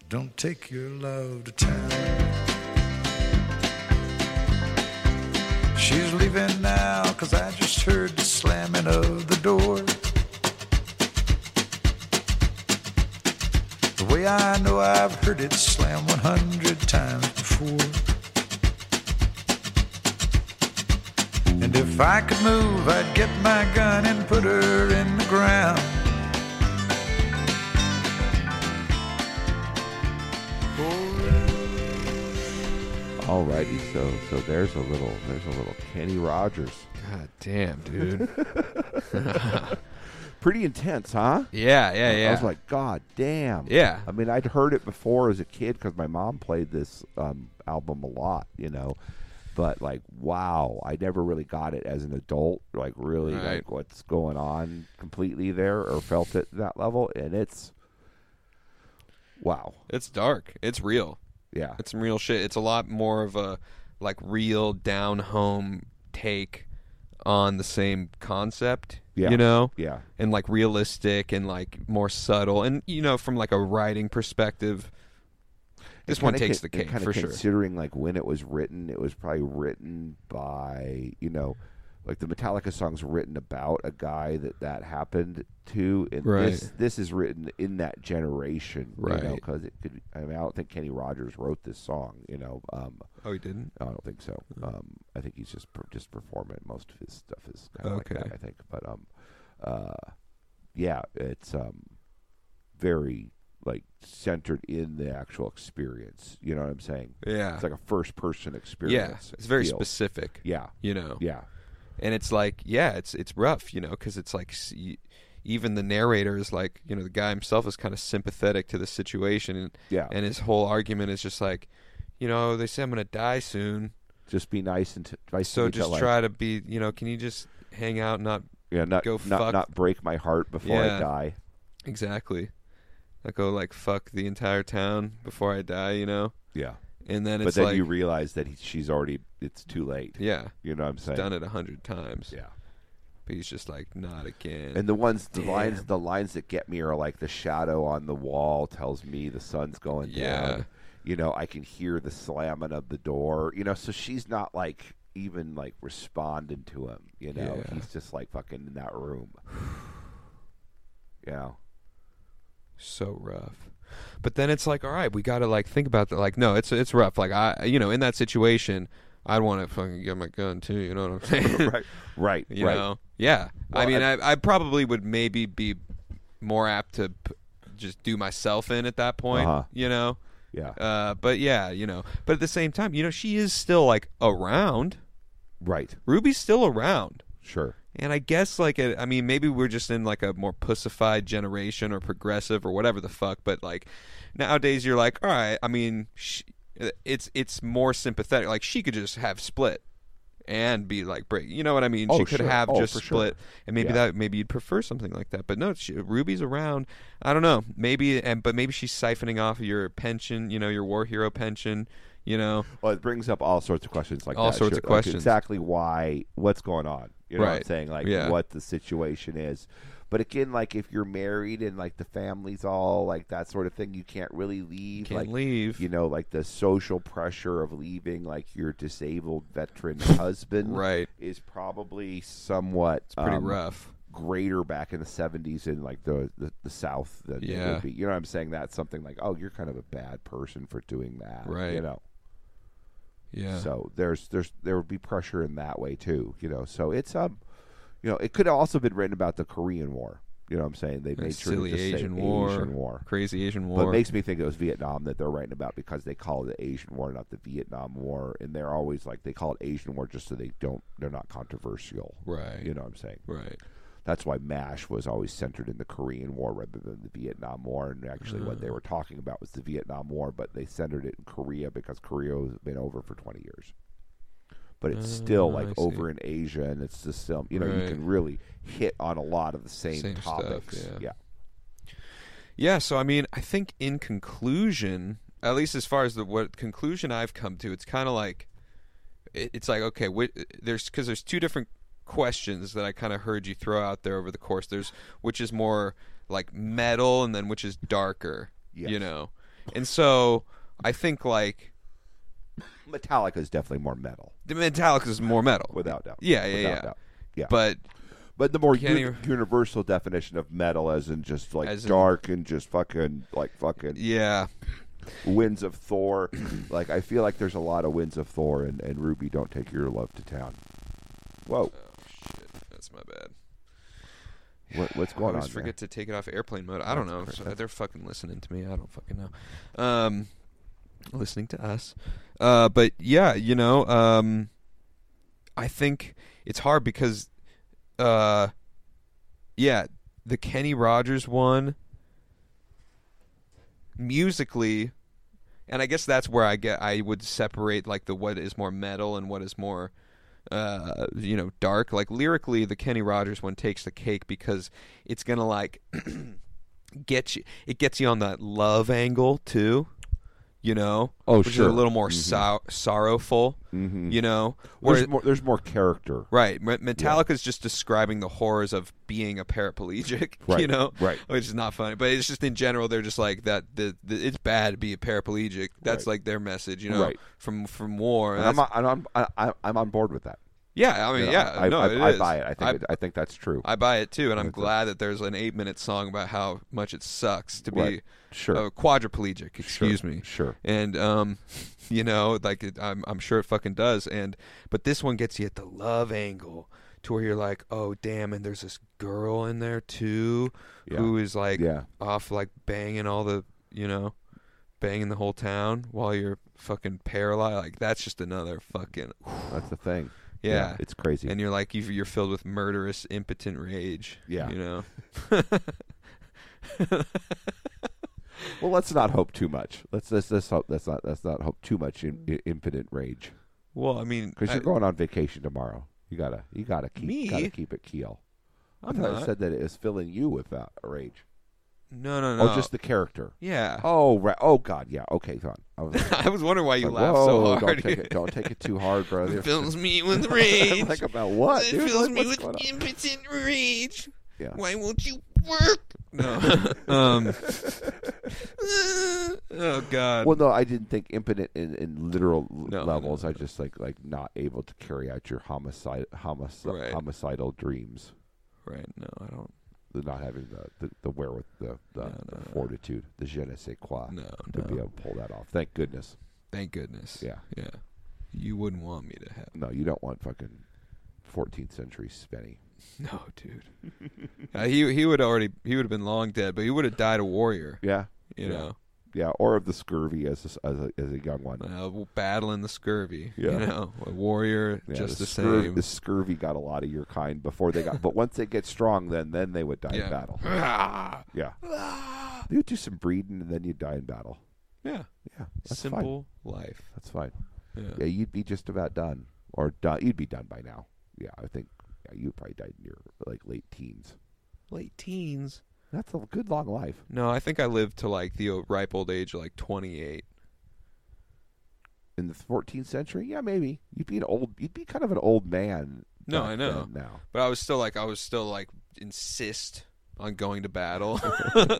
[SPEAKER 6] don't take your love to town. She's leaving now, cause I just heard the slamming of the door. The way I know I've heard it slam 100 times before. And if I could move, I'd get my gun and put her in the ground.
[SPEAKER 3] Alrighty, so so there's a little there's a little Kenny Rogers.
[SPEAKER 2] God damn, dude.
[SPEAKER 3] Pretty intense, huh?
[SPEAKER 2] yeah, yeah, yeah.
[SPEAKER 3] I was like, God damn.
[SPEAKER 2] Yeah.
[SPEAKER 3] I mean, I'd heard it before as a kid because my mom played this um, album a lot, you know. But like, wow, I never really got it as an adult. Like, really,
[SPEAKER 2] Right.
[SPEAKER 3] like what's going on completely there, or felt it that level, and it's wow,
[SPEAKER 2] it's dark. It's real.
[SPEAKER 3] yeah,
[SPEAKER 2] It's some real shit. It's a lot more of a like real down home take on the same concept.
[SPEAKER 3] Yeah.
[SPEAKER 2] You know?
[SPEAKER 3] yeah,
[SPEAKER 2] And like realistic and like more subtle and you know, from like a writing perspective. This one
[SPEAKER 3] kinda
[SPEAKER 2] takes
[SPEAKER 3] con-
[SPEAKER 2] the cake
[SPEAKER 3] and kinda
[SPEAKER 2] for sure.
[SPEAKER 3] Considering like when it was written, it was probably written by you know, like the Metallica song's written about a guy that that happened to, and this
[SPEAKER 2] Right.
[SPEAKER 3] this is written in that generation, You
[SPEAKER 2] Right.
[SPEAKER 3] because it could. I mean, I don't think Kenny Rogers wrote this song. You know, um,
[SPEAKER 2] Oh, he didn't?
[SPEAKER 3] I don't think so.
[SPEAKER 2] Mm-hmm.
[SPEAKER 3] Um, I think he's just per- just performing. Most of his stuff is kind of
[SPEAKER 2] Okay.
[SPEAKER 3] like that. I think, but um, uh, yeah, it's um, very like centered in the actual experience. You know what I'm saying?
[SPEAKER 2] Yeah.
[SPEAKER 3] It's like a first person
[SPEAKER 2] yeah.
[SPEAKER 3] experience.
[SPEAKER 2] It's very
[SPEAKER 3] feel.
[SPEAKER 2] specific.
[SPEAKER 3] Yeah,
[SPEAKER 2] You know?
[SPEAKER 3] yeah,
[SPEAKER 2] and it's like yeah it's it's rough you know because it's like s- y- even the narrator is like you know the guy himself is kind of sympathetic to the situation and
[SPEAKER 3] Yeah.
[SPEAKER 2] and his whole argument is just like you know they say i'm gonna die soon
[SPEAKER 3] just be nice and t- nice.
[SPEAKER 2] so
[SPEAKER 3] to each
[SPEAKER 2] just
[SPEAKER 3] other.
[SPEAKER 2] try to be you know can you just hang out and not
[SPEAKER 3] Yeah, not
[SPEAKER 2] go
[SPEAKER 3] not
[SPEAKER 2] fuck-
[SPEAKER 3] not break my heart before I
[SPEAKER 2] Yeah.
[SPEAKER 3] die.
[SPEAKER 2] exactly like go like fuck the entire town before i die you know
[SPEAKER 3] Yeah,
[SPEAKER 2] and then
[SPEAKER 3] but
[SPEAKER 2] it's
[SPEAKER 3] then
[SPEAKER 2] like
[SPEAKER 3] you realize that he, she's already. It's too late.
[SPEAKER 2] yeah
[SPEAKER 3] You know what I'm saying?
[SPEAKER 2] done it a hundred times
[SPEAKER 3] Yeah.
[SPEAKER 2] but he's just like not again
[SPEAKER 3] And the ones, the lines, the lines that get me are like the shadow on the wall tells me the sun's going
[SPEAKER 2] Yeah.
[SPEAKER 3] down. You know, I can hear the slamming of the door. You know, so she's not like even like responding to him. You know,
[SPEAKER 2] Yeah.
[SPEAKER 3] he's just like fucking in that room. you know,
[SPEAKER 2] so rough. But then it's like, all right, we got to like think about that. Like, no, it's it's rough. Like I, you know, in that situation, I'd want to fucking get my gun too. You know what I'm saying?
[SPEAKER 3] right, right,
[SPEAKER 2] You
[SPEAKER 3] right.
[SPEAKER 2] know? Yeah. I
[SPEAKER 3] Well,
[SPEAKER 2] mean,
[SPEAKER 3] I-
[SPEAKER 2] I, I probably would maybe be more apt to p- just do myself in at that point.
[SPEAKER 3] Uh-huh.
[SPEAKER 2] You know.
[SPEAKER 3] Yeah,
[SPEAKER 2] Uh, but yeah, you know. But at the same time, you know, she is still like around.
[SPEAKER 3] right.
[SPEAKER 2] Ruby's still around.
[SPEAKER 3] Sure.
[SPEAKER 2] And I guess like it, I mean maybe we're just in like a more pussified generation or progressive or whatever the fuck, but like nowadays you're like, all right, I mean, sh it's it's more sympathetic. Like she could just have split and be like break. You know what I mean?
[SPEAKER 3] Oh,
[SPEAKER 2] she could
[SPEAKER 3] sure.
[SPEAKER 2] have
[SPEAKER 3] Oh,
[SPEAKER 2] just
[SPEAKER 3] for sure.
[SPEAKER 2] split, and maybe
[SPEAKER 3] Yeah.
[SPEAKER 2] that maybe you'd prefer something like that. But no, she, Ruby's around. I don't know. Maybe and but maybe she's siphoning off of your pension. You know, your war hero pension. You know,
[SPEAKER 3] Well, it brings up all sorts of questions like
[SPEAKER 2] All
[SPEAKER 3] that,
[SPEAKER 2] sorts
[SPEAKER 3] sure.
[SPEAKER 2] of
[SPEAKER 3] Like,
[SPEAKER 2] questions.
[SPEAKER 3] exactly why? What's going on? You know what I'm
[SPEAKER 2] Right.
[SPEAKER 3] saying? Like
[SPEAKER 2] Yeah.
[SPEAKER 3] what the situation is. But again, like if you're married and like the family's all like that sort of thing, you can't really leave.
[SPEAKER 2] can't
[SPEAKER 3] like,
[SPEAKER 2] leave.
[SPEAKER 3] You know, like the social pressure of leaving, like your disabled veteran husband,
[SPEAKER 2] Right.
[SPEAKER 3] is probably somewhat
[SPEAKER 2] Pretty
[SPEAKER 3] um,
[SPEAKER 2] rough.
[SPEAKER 3] greater back in the 70s in like the the, the South than it
[SPEAKER 2] Yeah.
[SPEAKER 3] would be. You know what I'm saying? That's something like, oh, you're kind of a bad person for doing that, You
[SPEAKER 2] Right.
[SPEAKER 3] know.
[SPEAKER 2] Yeah.
[SPEAKER 3] So there's there's there would be pressure in that way too, you know. So it's um, you know, it could have also been written about the Korean War. You know what I'm saying? They made sure
[SPEAKER 2] silly
[SPEAKER 3] to just
[SPEAKER 2] Asian
[SPEAKER 3] say
[SPEAKER 2] war,
[SPEAKER 3] Asian War.
[SPEAKER 2] crazy Asian
[SPEAKER 3] But
[SPEAKER 2] war.
[SPEAKER 3] it makes me think it was Vietnam that they're writing about because they call it the Asian War, not the Vietnam War, and they're always like they call it Asian War just so they don't they're not controversial.
[SPEAKER 2] Right.
[SPEAKER 3] You know what I'm saying?
[SPEAKER 2] right.
[SPEAKER 3] That's why MASH was always centered in the Korean War rather than the Vietnam War. And actually, what
[SPEAKER 2] Mm.
[SPEAKER 3] they were talking about was the Vietnam War, but they centered it in Korea because Korea has been over for 20 years. But it's still
[SPEAKER 2] Oh,
[SPEAKER 3] like
[SPEAKER 2] I see.
[SPEAKER 3] over in Asia, and it's the still, you know, you
[SPEAKER 2] Right.
[SPEAKER 3] can really hit on a lot of the same,
[SPEAKER 2] Same stuff,
[SPEAKER 3] topics.
[SPEAKER 2] yeah.
[SPEAKER 3] yeah.
[SPEAKER 2] Yeah, so I mean, I think in conclusion, at least as far as the what conclusion I've come to, it's kind of like it, it's like okay, whi there's because there's two different questions that I kind of heard you throw out there over the course. There's which is more like metal, and then which is darker, you
[SPEAKER 3] Yes.
[SPEAKER 2] know. And so I think like
[SPEAKER 3] Metallica is definitely more metal,
[SPEAKER 2] the Metallica is more metal,
[SPEAKER 3] without doubt.
[SPEAKER 2] Yeah, yeah,
[SPEAKER 3] Without
[SPEAKER 2] yeah.
[SPEAKER 3] doubt. Yeah.
[SPEAKER 2] but
[SPEAKER 3] But the more
[SPEAKER 2] Can't
[SPEAKER 3] uni-
[SPEAKER 2] even-
[SPEAKER 3] universal definition of metal, as in just like
[SPEAKER 2] As in-
[SPEAKER 3] dark and just fucking like fucking
[SPEAKER 2] yeah,
[SPEAKER 3] winds of Thor, like I feel like there's a lot of winds of Thor and, and Ruby, don't take your love to town. Whoa,
[SPEAKER 2] shit, that's my bad.
[SPEAKER 3] what, what's
[SPEAKER 2] I
[SPEAKER 3] going
[SPEAKER 2] always
[SPEAKER 3] on?
[SPEAKER 2] forget to take it off airplane mode. I don't know.
[SPEAKER 3] That's
[SPEAKER 2] So
[SPEAKER 3] correct.
[SPEAKER 2] they're fucking listening to me. I don't fucking know. Um, listening to us. Uh, but yeah, you know, um, I think it's hard because, uh, yeah, the Kenny Rogers one musically, and I guess that's where I get I would separate like the what is more metal and what is more uh, you know, dark. Like lyrically, the Kenny Rogers one takes the cake because it's gonna like get you. It gets you on that love angle too. You know,
[SPEAKER 3] Oh,
[SPEAKER 2] which
[SPEAKER 3] sure. Mm-hmm.
[SPEAKER 2] is a little more sor- sorrowful. You know,
[SPEAKER 3] there?
[SPEAKER 2] whereas
[SPEAKER 3] There's more, there's more character.
[SPEAKER 2] Right. Me- Metallica's just describing the horrors of being a paraplegic, you
[SPEAKER 3] Right,
[SPEAKER 2] know?
[SPEAKER 3] right.
[SPEAKER 2] Which is not funny. But it's just in general, they're just like that. The, the, it's bad to be a paraplegic. That's
[SPEAKER 3] Right.
[SPEAKER 2] like their message, you know,
[SPEAKER 3] Right.
[SPEAKER 2] from from war.
[SPEAKER 3] And
[SPEAKER 2] That's-
[SPEAKER 3] I'm on, and I'm, I- I, I'm on board with that.
[SPEAKER 2] yeah, I mean,
[SPEAKER 3] You know,
[SPEAKER 2] yeah.
[SPEAKER 3] I,
[SPEAKER 2] no,
[SPEAKER 3] I,
[SPEAKER 2] it
[SPEAKER 3] I
[SPEAKER 2] is.
[SPEAKER 3] buy it. I think
[SPEAKER 2] I,
[SPEAKER 3] it, I think that's true.
[SPEAKER 2] I buy it too, and I'm
[SPEAKER 3] That's it.
[SPEAKER 2] glad that there's an eight minute song about how much it sucks to be
[SPEAKER 3] Right. Sure.
[SPEAKER 2] a quadriplegic. Excuse me.
[SPEAKER 3] Sure.
[SPEAKER 2] And um, you know, like it, I'm, I'm sure it fucking does. And but this one gets you at the love angle to where you're like, oh damn, and there's this girl in there too,
[SPEAKER 3] Yeah.
[SPEAKER 2] who is like
[SPEAKER 3] Yeah.
[SPEAKER 2] off like banging all the you know, banging the whole town while you're fucking paralyzed. Like that's just another fucking
[SPEAKER 3] That's the thing.
[SPEAKER 2] yeah.
[SPEAKER 3] it's crazy.
[SPEAKER 2] and you're like you've- you're filled with murderous impotent rage.
[SPEAKER 3] Yeah.
[SPEAKER 2] you know.
[SPEAKER 3] Well, let's not hope too much. Let's let's, let's hope let's not let's not hope too much in, in impotent rage
[SPEAKER 2] Well, I mean,
[SPEAKER 3] because
[SPEAKER 2] I-
[SPEAKER 3] you're going on vacation tomorrow. You gotta you gotta keep
[SPEAKER 2] Me?
[SPEAKER 3] gotta keep it keel. I
[SPEAKER 2] I'm
[SPEAKER 3] thought
[SPEAKER 2] not.
[SPEAKER 3] it said that it was filling you with uh, rage.
[SPEAKER 2] no, no, no.
[SPEAKER 3] Oh, just the character.
[SPEAKER 2] yeah.
[SPEAKER 3] Oh right. Oh God. Yeah. Okay. Fine. I was like,
[SPEAKER 2] I was wondering why you
[SPEAKER 3] like,
[SPEAKER 2] laughed so
[SPEAKER 3] whoa,
[SPEAKER 2] hard.
[SPEAKER 3] Don't take it. Don't take it too hard, brother.
[SPEAKER 2] it fills me with
[SPEAKER 3] I'm
[SPEAKER 2] rage.
[SPEAKER 3] like about what?
[SPEAKER 2] it
[SPEAKER 3] dude?
[SPEAKER 2] fills
[SPEAKER 3] Like,
[SPEAKER 2] me
[SPEAKER 3] what's
[SPEAKER 2] with
[SPEAKER 3] going on? Ah.
[SPEAKER 2] impotent rage.
[SPEAKER 3] Yeah.
[SPEAKER 2] Why won't you work? No. um. oh God.
[SPEAKER 3] Well, no, I didn't think impotent in, in literal l-
[SPEAKER 2] No,
[SPEAKER 3] levels.
[SPEAKER 2] no,
[SPEAKER 3] I just like like not able to carry out your homicide, homici-
[SPEAKER 2] Right.
[SPEAKER 3] homicidal dreams.
[SPEAKER 2] right. No, I don't.
[SPEAKER 3] the not having the the, the wherewith the, the, the fortitude, the je ne sais quoi,
[SPEAKER 2] No,
[SPEAKER 3] to be
[SPEAKER 2] no.
[SPEAKER 3] able to pull that off. Thank goodness.
[SPEAKER 2] Thank goodness.
[SPEAKER 3] Yeah.
[SPEAKER 2] Yeah. You wouldn't want me to have.
[SPEAKER 3] No, you don't want fucking 14th century Spenny.
[SPEAKER 2] No, dude. Uh, he he would already he would have been long dead, but he would have died a warrior.
[SPEAKER 3] Yeah,
[SPEAKER 2] You know.
[SPEAKER 3] yeah, or of the scurvy as a, s- as a, as a young one.
[SPEAKER 2] uh, battling the scurvy.
[SPEAKER 3] Yeah.
[SPEAKER 2] You know, a warrior
[SPEAKER 3] Yeah,
[SPEAKER 2] just the,
[SPEAKER 3] scur-
[SPEAKER 2] same.
[SPEAKER 3] The scurvy got a lot of your kind before they got, but once they get strong, then then they would die in
[SPEAKER 2] Yeah.
[SPEAKER 3] battle.
[SPEAKER 2] Ah!
[SPEAKER 3] Yeah, you do some breeding and then you die in battle.
[SPEAKER 2] yeah.
[SPEAKER 3] Yeah, that's fine.
[SPEAKER 2] Simple life.
[SPEAKER 3] That's fine.
[SPEAKER 2] Yeah.
[SPEAKER 3] Yeah, you'd be just about done, or done. You'd be done by now. Yeah, I think yeah, you probably died in your like late teens.
[SPEAKER 2] Late teens.
[SPEAKER 3] That's a good long life.
[SPEAKER 2] No, I think I lived to like the ripe old age of like 28.
[SPEAKER 3] In the 14th century, yeah, maybe you'd be an old, you'd be kind of an old man.
[SPEAKER 2] No,
[SPEAKER 3] back
[SPEAKER 2] I know.
[SPEAKER 3] then Now,
[SPEAKER 2] But I was still like, I was still like, insist on going to battle.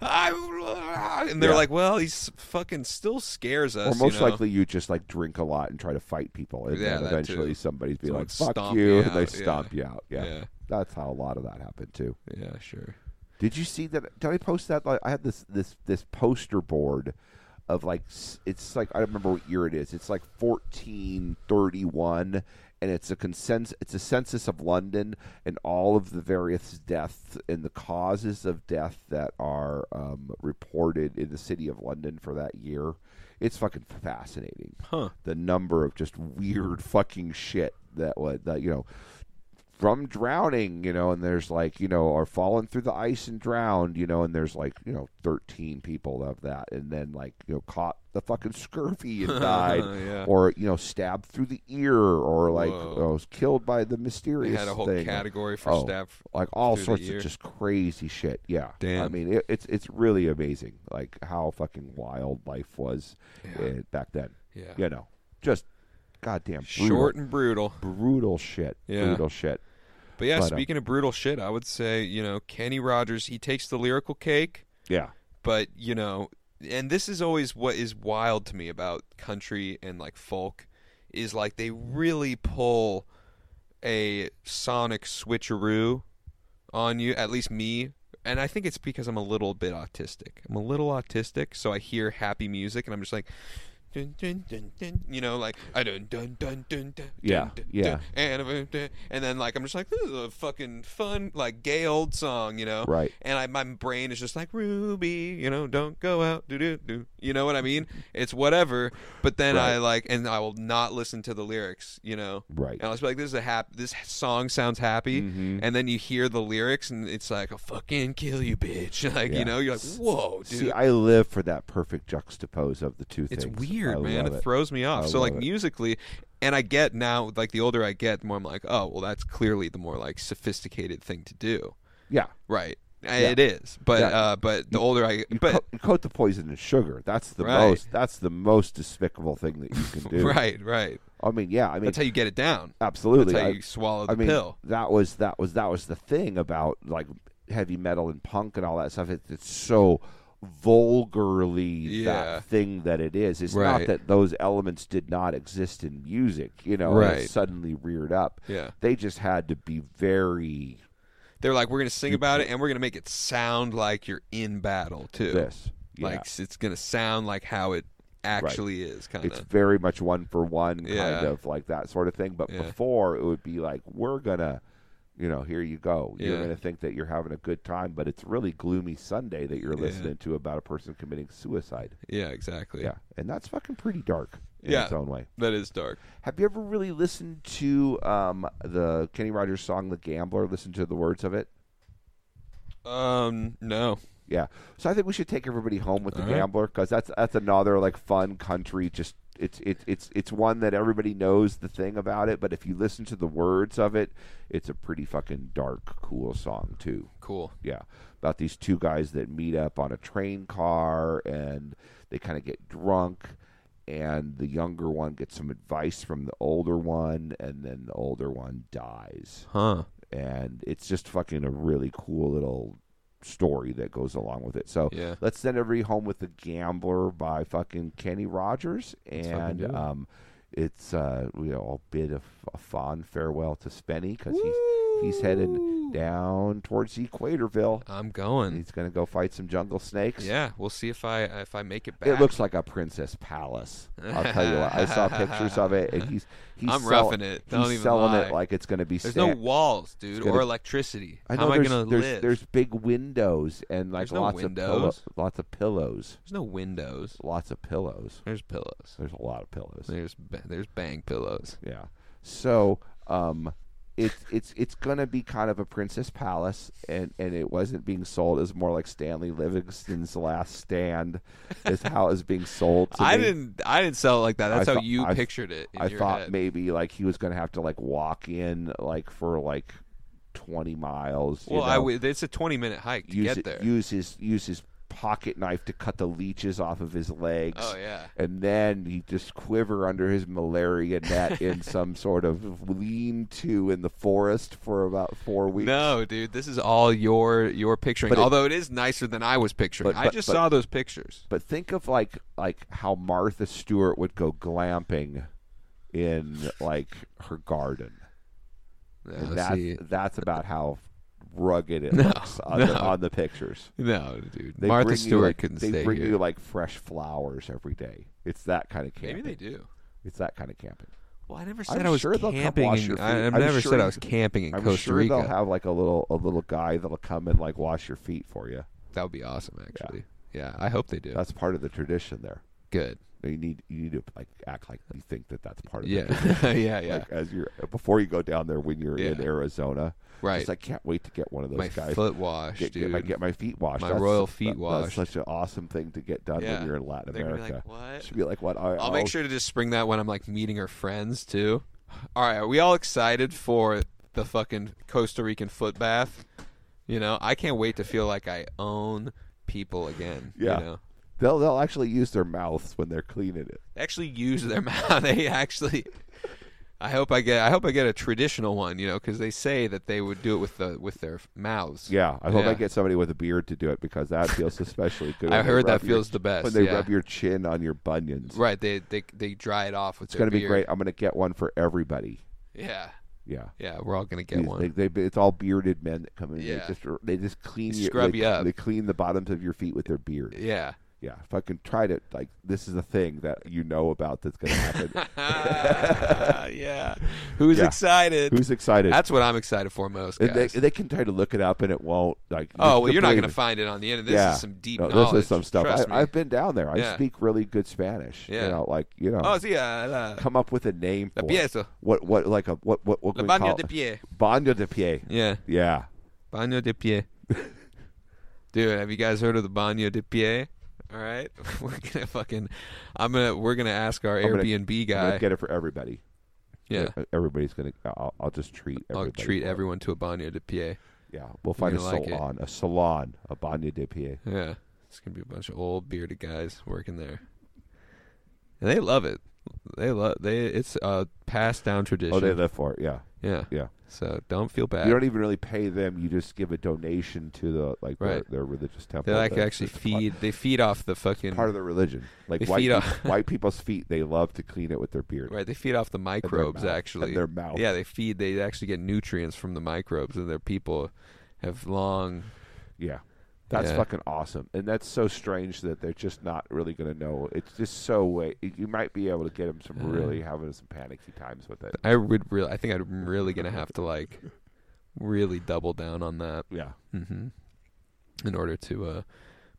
[SPEAKER 2] I, and they're
[SPEAKER 3] Yeah.
[SPEAKER 2] like, well, he's fucking still scares us.
[SPEAKER 3] or most
[SPEAKER 2] you know?
[SPEAKER 3] likely you just like drink a lot and try to fight people, and
[SPEAKER 2] Yeah,
[SPEAKER 3] then
[SPEAKER 2] that
[SPEAKER 3] eventually
[SPEAKER 2] too.
[SPEAKER 3] somebody'd be
[SPEAKER 2] Someone
[SPEAKER 3] like, "Fuck
[SPEAKER 2] stomp
[SPEAKER 3] you,"
[SPEAKER 2] me
[SPEAKER 3] and they
[SPEAKER 2] out, yeah.
[SPEAKER 3] stomp you out. Yeah.
[SPEAKER 2] Yeah.
[SPEAKER 3] that's how a lot of that happened too.
[SPEAKER 2] Yeah, sure.
[SPEAKER 3] Did you see that? Did I post that? Like, I had this this this poster board of like s- it's like I don't remember what year it is. It's like fourteen thirty one, and it's a consensus. It's a census of London and all of the various deaths and the causes of death that are um, reported in the city of London for that year. It's fucking fascinating.
[SPEAKER 2] Huh.
[SPEAKER 3] The number of just weird fucking shit that was that you know from drowning, you know, and there's like, you know, or fallen through the ice and drowned, you know, and there's like, you know, 13 people of that, and then like, you know, caught the fucking scurvy and died,
[SPEAKER 2] Yeah.
[SPEAKER 3] or, you know, stabbed through the ear, or like,
[SPEAKER 2] Whoa.
[SPEAKER 3] uh, was killed by the
[SPEAKER 2] They
[SPEAKER 3] mysterious
[SPEAKER 2] had a whole
[SPEAKER 3] thing.
[SPEAKER 2] category for
[SPEAKER 3] Oh,
[SPEAKER 2] staff.
[SPEAKER 3] Like all
[SPEAKER 2] through the
[SPEAKER 3] sorts
[SPEAKER 2] ear.
[SPEAKER 3] of just crazy shit. Yeah. I
[SPEAKER 2] Damn.
[SPEAKER 3] mean, it, it's it's really amazing, like how fucking wild life was uh, back then.
[SPEAKER 2] Yeah.
[SPEAKER 3] You know, just goddamn brutal,
[SPEAKER 2] Short and brutal.
[SPEAKER 3] brutal shit.
[SPEAKER 2] Yeah.
[SPEAKER 3] Brutal shit.
[SPEAKER 2] But yeah,
[SPEAKER 3] But, uh,
[SPEAKER 2] speaking of brutal shit, I would say, you know, Kenny Rogers, he takes the lyrical cake,
[SPEAKER 3] Yeah.
[SPEAKER 2] but, you know, and this is always what is wild to me about country and like folk is like they really pull a sonic switcheroo on you, at least me. And I think it's because I'm a little bit autistic. I'm a little autistic, so I hear happy music and I'm just like dun, dun, dun, dun, you know, like I dun dun dun dun dun
[SPEAKER 3] Yeah,
[SPEAKER 2] dun, dun,
[SPEAKER 3] yeah.
[SPEAKER 2] and, and then like I'm just like this is a fucking fun like gay old song, you know?
[SPEAKER 3] Right.
[SPEAKER 2] And I, my brain is just like Ruby, you know, don't go out, do do do. You know what I mean? It's whatever. But then I like, and I will not listen to the lyrics, you know?
[SPEAKER 3] Right. Mm-hmm.
[SPEAKER 2] And I'll just be like, this is a hap- this song sounds happy, and then you hear the lyrics, and it's like a fucking kill you, bitch. Like
[SPEAKER 3] Yeah.
[SPEAKER 2] you know, you're like, whoa, dude.
[SPEAKER 3] See, I live for that perfect juxtapose of the two
[SPEAKER 2] It's
[SPEAKER 3] things.
[SPEAKER 2] weird,
[SPEAKER 3] I
[SPEAKER 2] man.
[SPEAKER 3] love
[SPEAKER 2] It, throws me off.
[SPEAKER 3] I
[SPEAKER 2] so like
[SPEAKER 3] love it.
[SPEAKER 2] musically, and I get now, like the older I get, the more I'm like, oh, well, that's clearly the more like sophisticated thing to do,
[SPEAKER 3] Yeah.
[SPEAKER 2] right? And
[SPEAKER 3] Yeah.
[SPEAKER 2] It is, but
[SPEAKER 3] Yeah.
[SPEAKER 2] uh, but the older I,
[SPEAKER 3] You,
[SPEAKER 2] but
[SPEAKER 3] coat, you coat the poison in sugar. That's the
[SPEAKER 2] Right.
[SPEAKER 3] most. That's the most despicable thing that you can do.
[SPEAKER 2] right, right.
[SPEAKER 3] I mean, yeah. I mean,
[SPEAKER 2] That's how you get it down.
[SPEAKER 3] absolutely.
[SPEAKER 2] That's how
[SPEAKER 3] I-
[SPEAKER 2] you swallow the
[SPEAKER 3] I mean,
[SPEAKER 2] pill.
[SPEAKER 3] that was that was that was the thing about like heavy metal and punk and all that stuff. It, it's so vulgarly
[SPEAKER 2] Yeah.
[SPEAKER 3] that thing that it is. It's not
[SPEAKER 2] Right.
[SPEAKER 3] that those elements did not exist in music, you know, and
[SPEAKER 2] Right.
[SPEAKER 3] it's suddenly reared up.
[SPEAKER 2] Yeah.
[SPEAKER 3] They just had to be very
[SPEAKER 2] They're like, we're gonna sing about it, and we're gonna make it sound like you're in battle too.
[SPEAKER 3] this. Yeah.
[SPEAKER 2] Like s- it's gonna sound like how it actually is, kind
[SPEAKER 3] it's
[SPEAKER 2] of.
[SPEAKER 3] very much one for one
[SPEAKER 2] Yeah.
[SPEAKER 3] kind of like that sort of thing. But
[SPEAKER 2] Yeah.
[SPEAKER 3] before it would be like, we're gonna you know, here you go. You're
[SPEAKER 2] Yeah.
[SPEAKER 3] gonna think that you're having a good time, but it's really gloomy Sunday that you're listening to about a person committing suicide.
[SPEAKER 2] Yeah, exactly.
[SPEAKER 3] Yeah. And that's fucking pretty dark in
[SPEAKER 2] Yeah.
[SPEAKER 3] its own way.
[SPEAKER 2] That is dark.
[SPEAKER 3] Have you ever really listened to um, the Kenny Rogers song The Gambler, listen to the words of it?
[SPEAKER 2] Um, no.
[SPEAKER 3] Yeah. So I think we should take everybody home with the
[SPEAKER 2] All right.
[SPEAKER 3] gambler because that's that's another like fun country. Just it's it's it's it's one that everybody knows the thing about it, but if you listen to the words of it, it's a pretty fucking dark, cool song too.
[SPEAKER 2] Cool.
[SPEAKER 3] Yeah, about these two guys that meet up on a train car and they kind of get drunk. And the younger one gets some advice from the older one, and then the older one dies
[SPEAKER 2] Huh.
[SPEAKER 3] and it's just fucking a really cool little story that goes along with it. So
[SPEAKER 2] Yeah.
[SPEAKER 3] let's send everybody home with the Gambler by fucking Kenny Rogers,
[SPEAKER 2] fucking
[SPEAKER 3] and
[SPEAKER 2] do it.
[SPEAKER 3] um, it's uh, we all bid a, a fond farewell to Spenny because he's he's headed down towards Equatorville.
[SPEAKER 2] I'm going.
[SPEAKER 3] He's gonna go fight some jungle snakes.
[SPEAKER 2] Yeah, we'll see if I if I make it back.
[SPEAKER 3] It looks like a princess palace. I'll tell you what. I saw pictures of it, and he's he's
[SPEAKER 2] I'm
[SPEAKER 3] sell-
[SPEAKER 2] roughing it. Don't
[SPEAKER 3] he's
[SPEAKER 2] even
[SPEAKER 3] selling
[SPEAKER 2] lie.
[SPEAKER 3] it like it's going to be.
[SPEAKER 2] There's no
[SPEAKER 3] sand-
[SPEAKER 2] walls, dude,
[SPEAKER 3] gonna-
[SPEAKER 2] or electricity.
[SPEAKER 3] I
[SPEAKER 2] How
[SPEAKER 3] know
[SPEAKER 2] am I
[SPEAKER 3] there's,
[SPEAKER 2] gonna
[SPEAKER 3] there's,
[SPEAKER 2] live?
[SPEAKER 3] There's big windows and like
[SPEAKER 2] There's no
[SPEAKER 3] lots
[SPEAKER 2] windows.
[SPEAKER 3] of pillow, lots of pillows,
[SPEAKER 2] There's no windows.
[SPEAKER 3] lots of pillows.
[SPEAKER 2] There's pillows.
[SPEAKER 3] There's a lot of pillows.
[SPEAKER 2] There's ba- there's bang pillows.
[SPEAKER 3] Yeah. So, um, it's it's it's gonna be kind of a princess palace, and and it wasn't being sold. It was more like Stanley Livingston's Last Stand, is how it was being sold. To
[SPEAKER 2] I
[SPEAKER 3] me.
[SPEAKER 2] didn't I didn't sell it like that. That's
[SPEAKER 3] I
[SPEAKER 2] how
[SPEAKER 3] thought-
[SPEAKER 2] you
[SPEAKER 3] I-
[SPEAKER 2] pictured it. In
[SPEAKER 3] I
[SPEAKER 2] your
[SPEAKER 3] thought
[SPEAKER 2] head.
[SPEAKER 3] maybe like he was gonna have to like walk in like for like twenty miles. you
[SPEAKER 2] Well, I
[SPEAKER 3] know?
[SPEAKER 2] would. It's a 20 minute hike to
[SPEAKER 3] use
[SPEAKER 2] get
[SPEAKER 3] it-
[SPEAKER 2] there.
[SPEAKER 3] use his use his pocket knife to cut the leeches off of his legs.
[SPEAKER 2] Oh, yeah.
[SPEAKER 3] And then he just quiver under his malaria net in some sort of lean to in the forest for about four weeks.
[SPEAKER 2] no, dude, this is all your your picturing.
[SPEAKER 3] But it-
[SPEAKER 2] Although it is nicer than I was picturing.
[SPEAKER 3] But-
[SPEAKER 2] I
[SPEAKER 3] but-
[SPEAKER 2] just
[SPEAKER 3] but-
[SPEAKER 2] saw those pictures.
[SPEAKER 3] But think of like like how Martha Stewart would go glamping in like her garden.
[SPEAKER 2] No,
[SPEAKER 3] And that's
[SPEAKER 2] Oh, see.
[SPEAKER 3] that's about how rugged it looks on, the, on the pictures.
[SPEAKER 2] no, dude.
[SPEAKER 3] They
[SPEAKER 2] Martha
[SPEAKER 3] bring you,
[SPEAKER 2] Stewart
[SPEAKER 3] like-
[SPEAKER 2] couldn't
[SPEAKER 3] They
[SPEAKER 2] stay
[SPEAKER 3] bring
[SPEAKER 2] here.
[SPEAKER 3] you like fresh flowers every day. It's that kind of camping.
[SPEAKER 2] Maybe they do.
[SPEAKER 3] It's that kind of camping.
[SPEAKER 2] Well, I never said
[SPEAKER 3] I'm
[SPEAKER 2] I was
[SPEAKER 3] sure they'll come
[SPEAKER 2] camping.
[SPEAKER 3] wash
[SPEAKER 2] In,
[SPEAKER 3] your feet.
[SPEAKER 2] I, I've
[SPEAKER 3] I'm
[SPEAKER 2] never
[SPEAKER 3] sure
[SPEAKER 2] said I
[SPEAKER 3] you-
[SPEAKER 2] was camping in
[SPEAKER 3] I'm
[SPEAKER 2] Costa
[SPEAKER 3] sure
[SPEAKER 2] Rica.
[SPEAKER 3] they'll have like a little a little guy that'll come and like wash your feet for you.
[SPEAKER 2] that would be awesome, actually. Yeah. I hope they do.
[SPEAKER 3] That's part of the tradition there.
[SPEAKER 2] Good.
[SPEAKER 3] You need you need to like act like you think that that's part of
[SPEAKER 2] Yeah.
[SPEAKER 3] it.
[SPEAKER 2] yeah. Yeah.
[SPEAKER 3] Like as you're before you go down there when you're in
[SPEAKER 2] Yeah.
[SPEAKER 3] Arizona,
[SPEAKER 2] right.
[SPEAKER 3] Just, I can't wait to get one of those
[SPEAKER 2] my
[SPEAKER 3] guys.
[SPEAKER 2] foot wash,
[SPEAKER 3] get,
[SPEAKER 2] dude.
[SPEAKER 3] get my get my feet washed.
[SPEAKER 2] My
[SPEAKER 3] That's-
[SPEAKER 2] royal feet
[SPEAKER 3] that-
[SPEAKER 2] washed.
[SPEAKER 3] That's such an awesome thing to get done
[SPEAKER 2] Yeah.
[SPEAKER 3] when you're in Latin
[SPEAKER 2] They're gonna be
[SPEAKER 3] America.
[SPEAKER 2] like, what?
[SPEAKER 3] Should be like what? I,
[SPEAKER 2] I'll make sure to just spring that when I'm like meeting her friends too. All right, are we all excited for the fucking Costa Rican foot bath? You know, I can't wait to feel like I own people again.
[SPEAKER 3] Yeah.
[SPEAKER 2] You know?
[SPEAKER 3] They'll they'll actually use their mouths when they're cleaning it.
[SPEAKER 2] They actually use their mouth. They actually. I hope I get. I hope I get a traditional one. You know, because they say that they would do it with the with their mouths.
[SPEAKER 3] Yeah, I hope
[SPEAKER 2] Yeah.
[SPEAKER 3] I get somebody with a beard to do it because that feels especially good.
[SPEAKER 2] I
[SPEAKER 3] when they
[SPEAKER 2] heard that
[SPEAKER 3] rub your-
[SPEAKER 2] feels the best,
[SPEAKER 3] when they
[SPEAKER 2] yeah.
[SPEAKER 3] rub your chin on your bunions.
[SPEAKER 2] Right. They they they dry it off with.
[SPEAKER 3] It's gonna be great. I'm gonna get one for everybody.
[SPEAKER 2] Yeah.
[SPEAKER 3] Yeah.
[SPEAKER 2] Yeah. We're all gonna get
[SPEAKER 3] These-
[SPEAKER 2] one.
[SPEAKER 3] They, they, it's all bearded men that come in.
[SPEAKER 2] Yeah.
[SPEAKER 3] They just they just clean
[SPEAKER 2] They
[SPEAKER 3] your-
[SPEAKER 2] scrub
[SPEAKER 3] they,
[SPEAKER 2] you up.
[SPEAKER 3] They clean the bottoms of your feet with their beard.
[SPEAKER 2] yeah.
[SPEAKER 3] Yeah, if I can try to like this is a thing that you know about that's going to happen.
[SPEAKER 2] yeah. Who's
[SPEAKER 3] Yeah.
[SPEAKER 2] excited?
[SPEAKER 3] Who's excited?
[SPEAKER 2] That's what I'm excited for most,
[SPEAKER 3] and they,
[SPEAKER 2] guys.
[SPEAKER 3] they can try to look it up and it won't like.
[SPEAKER 2] oh
[SPEAKER 3] just
[SPEAKER 2] well, you're not
[SPEAKER 3] believe
[SPEAKER 2] going to
[SPEAKER 3] it.
[SPEAKER 2] find it on the internet. This
[SPEAKER 3] yeah.
[SPEAKER 2] is some deep
[SPEAKER 3] No,
[SPEAKER 2] knowledge.
[SPEAKER 3] This is some stuff.
[SPEAKER 2] Trust me.
[SPEAKER 3] I, I've been down there. I
[SPEAKER 2] Yeah.
[SPEAKER 3] speak really good Spanish. You
[SPEAKER 2] Yeah.
[SPEAKER 3] know, like you know,
[SPEAKER 2] oh, sí, uh, la,
[SPEAKER 3] come up with a name
[SPEAKER 2] la
[SPEAKER 3] for it.
[SPEAKER 2] pieza.
[SPEAKER 3] what what like a what what what
[SPEAKER 2] La
[SPEAKER 3] can we
[SPEAKER 2] baño
[SPEAKER 3] call
[SPEAKER 2] de
[SPEAKER 3] it?
[SPEAKER 2] pie.
[SPEAKER 3] Baño de pie.
[SPEAKER 2] Yeah,
[SPEAKER 3] Yeah.
[SPEAKER 2] baño de pie. Dude, have you guys heard of the baño de pie? All right, we're gonna fucking, I'm gonna, we're gonna ask our
[SPEAKER 3] I'm gonna-
[SPEAKER 2] Airbnb
[SPEAKER 3] I'm gonna
[SPEAKER 2] guy.
[SPEAKER 3] get it for everybody. E,
[SPEAKER 2] yeah,
[SPEAKER 3] Everybody's gonna. I'll, I'll just treat.
[SPEAKER 2] I'll
[SPEAKER 3] Everybody
[SPEAKER 2] treat
[SPEAKER 3] for it.
[SPEAKER 2] everyone to a baño de pie.
[SPEAKER 3] Yeah, we'll find a
[SPEAKER 2] gonna like it.
[SPEAKER 3] salon, a salon, a baño de pie.
[SPEAKER 2] Yeah, it's gonna be a bunch of old bearded guys working there, and they love it. They love they. It's a passed down tradition.
[SPEAKER 3] Oh, they live for it. Yeah,
[SPEAKER 2] yeah,
[SPEAKER 3] yeah.
[SPEAKER 2] So don't feel bad.
[SPEAKER 3] You don't even really pay them. You just give a donation to the like their-
[SPEAKER 2] Right.
[SPEAKER 3] their, religious temple.
[SPEAKER 2] they like
[SPEAKER 3] That's
[SPEAKER 2] actually
[SPEAKER 3] just a part-
[SPEAKER 2] feed. They feed off the fucking
[SPEAKER 3] part of their religion. Like
[SPEAKER 2] Mm. They
[SPEAKER 3] white
[SPEAKER 2] feed
[SPEAKER 3] peop-
[SPEAKER 2] off-
[SPEAKER 3] white people's feet, they love to clean it with their beard.
[SPEAKER 2] right. They feed off the microbes
[SPEAKER 3] mouth, and
[SPEAKER 2] actually.
[SPEAKER 3] their mouth.
[SPEAKER 2] Yeah, they feed. They actually get nutrients from the microbes, and their people have long.
[SPEAKER 3] Yeah. That's
[SPEAKER 2] Yeah.
[SPEAKER 3] fucking awesome, and that's so strange that they're just not really going to know. It's just so way you might be able to get them some really having some panicky times with it.
[SPEAKER 2] I would really. I think I'm really gonna have to like, really double down on that.
[SPEAKER 3] Yeah,
[SPEAKER 2] hmm In order to uh,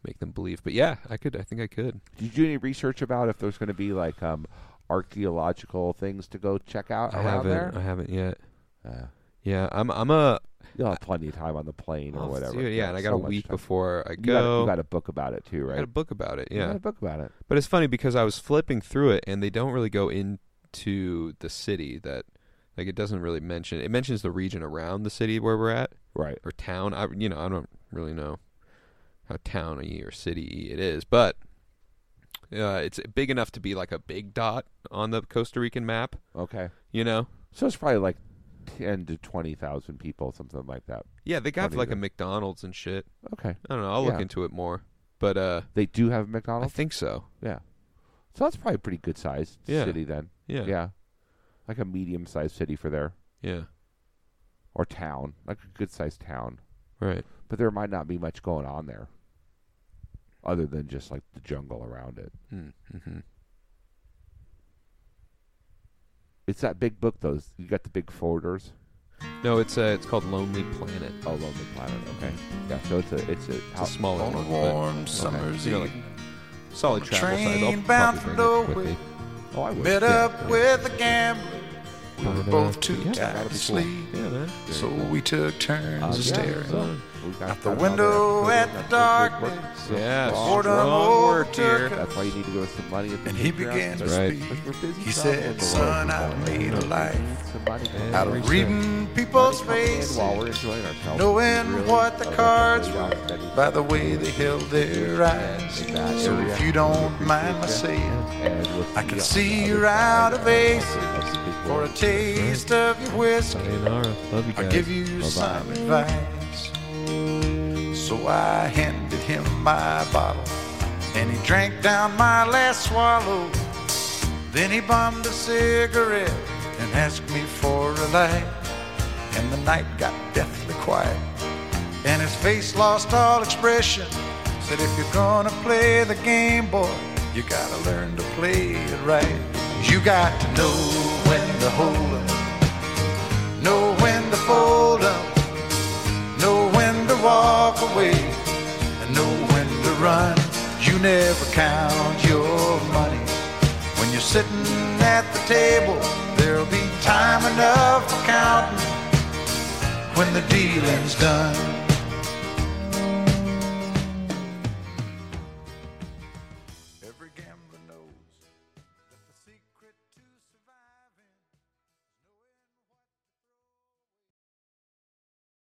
[SPEAKER 2] make them believe. But yeah, I could. I think I could.
[SPEAKER 3] Did you do any research about if there's going to be like um, archaeological things to go check out
[SPEAKER 2] I
[SPEAKER 3] around
[SPEAKER 2] haven't.
[SPEAKER 3] there?
[SPEAKER 2] I haven't yet.
[SPEAKER 3] Uh,
[SPEAKER 2] Yeah, I'm. I'm a.
[SPEAKER 3] you'll have plenty of time on the plane or
[SPEAKER 2] I'll
[SPEAKER 3] whatever.
[SPEAKER 2] do it, Oh, yeah, and I got
[SPEAKER 3] so
[SPEAKER 2] a
[SPEAKER 3] much
[SPEAKER 2] week
[SPEAKER 3] time.
[SPEAKER 2] before I
[SPEAKER 3] You got, a,
[SPEAKER 2] go.
[SPEAKER 3] you got a book about it too,
[SPEAKER 2] I
[SPEAKER 3] right?
[SPEAKER 2] got a book about it.
[SPEAKER 3] You got
[SPEAKER 2] Yeah,
[SPEAKER 3] a book about it.
[SPEAKER 2] but it's funny because I was flipping through it, and they don't really go into the city that. Like it doesn't really mention. It mentions the region around the city where we're at
[SPEAKER 3] Right.
[SPEAKER 2] or town. I you know I don't really know how towny or city it is, but uh, it's big enough to be like a big dot on the Costa Rican map.
[SPEAKER 3] Okay.
[SPEAKER 2] You know,
[SPEAKER 3] So it's probably like ten to twenty thousand people, something like that.
[SPEAKER 2] yeah, they got
[SPEAKER 3] Funny
[SPEAKER 2] like a
[SPEAKER 3] that-
[SPEAKER 2] McDonald's and shit.
[SPEAKER 3] Okay.
[SPEAKER 2] I don't know. I'll
[SPEAKER 3] Yeah.
[SPEAKER 2] look into it more, but uh,
[SPEAKER 3] They do have
[SPEAKER 2] I
[SPEAKER 3] McDonald's.
[SPEAKER 2] think so.
[SPEAKER 3] yeah. So that's probably a pretty good sized
[SPEAKER 2] Yeah.
[SPEAKER 3] city then.
[SPEAKER 2] Yeah.
[SPEAKER 3] yeah. Like a medium sized city for there
[SPEAKER 2] Yeah.
[SPEAKER 3] or town, like a good sized town.
[SPEAKER 2] Right.
[SPEAKER 3] but there might not be much going on there other than just like the jungle around it.
[SPEAKER 2] Mm-hmm.
[SPEAKER 3] It's that big book, those you got the big folders.
[SPEAKER 2] No, it's uh, it's called Lonely Planet.
[SPEAKER 3] Oh, Lonely Planet. Okay, yeah. So it's a it's a,
[SPEAKER 2] Mm-hmm.
[SPEAKER 3] Oh,
[SPEAKER 2] It's a smaller
[SPEAKER 6] On a
[SPEAKER 2] one,
[SPEAKER 6] warm summer's
[SPEAKER 2] you know, like,
[SPEAKER 6] eve,
[SPEAKER 2] but solid travel size. I'll
[SPEAKER 6] train bound
[SPEAKER 2] probably
[SPEAKER 6] for
[SPEAKER 2] bring it with me.
[SPEAKER 6] nowhere.
[SPEAKER 3] Oh, I would.
[SPEAKER 6] Met
[SPEAKER 3] yeah.
[SPEAKER 6] up with a gambler. We were
[SPEAKER 2] But, uh,
[SPEAKER 6] both too
[SPEAKER 2] yeah,
[SPEAKER 6] tired
[SPEAKER 3] that'd be
[SPEAKER 6] to
[SPEAKER 3] cool.
[SPEAKER 6] sleep,
[SPEAKER 2] Yeah, man.
[SPEAKER 6] so we took turns
[SPEAKER 3] Uh,
[SPEAKER 6] of staring.
[SPEAKER 3] yeah, so we got
[SPEAKER 6] Out the
[SPEAKER 3] that on
[SPEAKER 6] window
[SPEAKER 3] there.
[SPEAKER 6] at the
[SPEAKER 3] That's a good
[SPEAKER 6] darkness.
[SPEAKER 3] book. So
[SPEAKER 2] Yeah,
[SPEAKER 3] strong.
[SPEAKER 6] Boredom
[SPEAKER 2] strong work
[SPEAKER 6] overtook
[SPEAKER 2] here.
[SPEAKER 6] us.
[SPEAKER 3] That's why you need to give us some money. At the
[SPEAKER 6] And he
[SPEAKER 3] Patreon.
[SPEAKER 6] began to
[SPEAKER 2] That's right.
[SPEAKER 6] speak.
[SPEAKER 3] We're busy
[SPEAKER 6] He
[SPEAKER 3] traveling
[SPEAKER 6] said,
[SPEAKER 3] for
[SPEAKER 6] "Son,
[SPEAKER 3] work
[SPEAKER 6] I
[SPEAKER 3] and all
[SPEAKER 6] made
[SPEAKER 3] that.
[SPEAKER 6] a life
[SPEAKER 3] We need some money coming
[SPEAKER 6] Out
[SPEAKER 3] in.
[SPEAKER 6] of reading
[SPEAKER 3] Money
[SPEAKER 6] people's
[SPEAKER 3] coming in
[SPEAKER 6] faces,
[SPEAKER 3] while we're enjoying ourselves.
[SPEAKER 6] knowing
[SPEAKER 3] Really
[SPEAKER 6] what the
[SPEAKER 3] other than
[SPEAKER 6] cards
[SPEAKER 3] the
[SPEAKER 6] were,
[SPEAKER 3] jobs that he-
[SPEAKER 6] by the way they held their eyes.
[SPEAKER 3] in that
[SPEAKER 6] So
[SPEAKER 3] area.
[SPEAKER 6] if you don't mind my saying,
[SPEAKER 3] And we'll
[SPEAKER 6] I can
[SPEAKER 3] you on
[SPEAKER 6] see
[SPEAKER 3] the
[SPEAKER 6] you're
[SPEAKER 3] other
[SPEAKER 6] out
[SPEAKER 3] side
[SPEAKER 6] of aces
[SPEAKER 3] the big
[SPEAKER 6] for a
[SPEAKER 3] world.
[SPEAKER 6] taste of your whiskey,
[SPEAKER 2] Sayonara. Love you
[SPEAKER 6] I'll
[SPEAKER 2] guys.
[SPEAKER 6] give you some advice. So I handed him my bottle, and he drank down my last swallow. Then he bummed a cigarette and asked me for a light. And the night got deathly quiet, and his face lost all expression. Said, if you're gonna play the game, boy, you gotta learn to play it right. You got to know when to hold 'em know when to fold up, know when to walk away, and know when to run. You never count your money. sitting at the table, there'll be time enough for counting when the dealing's done.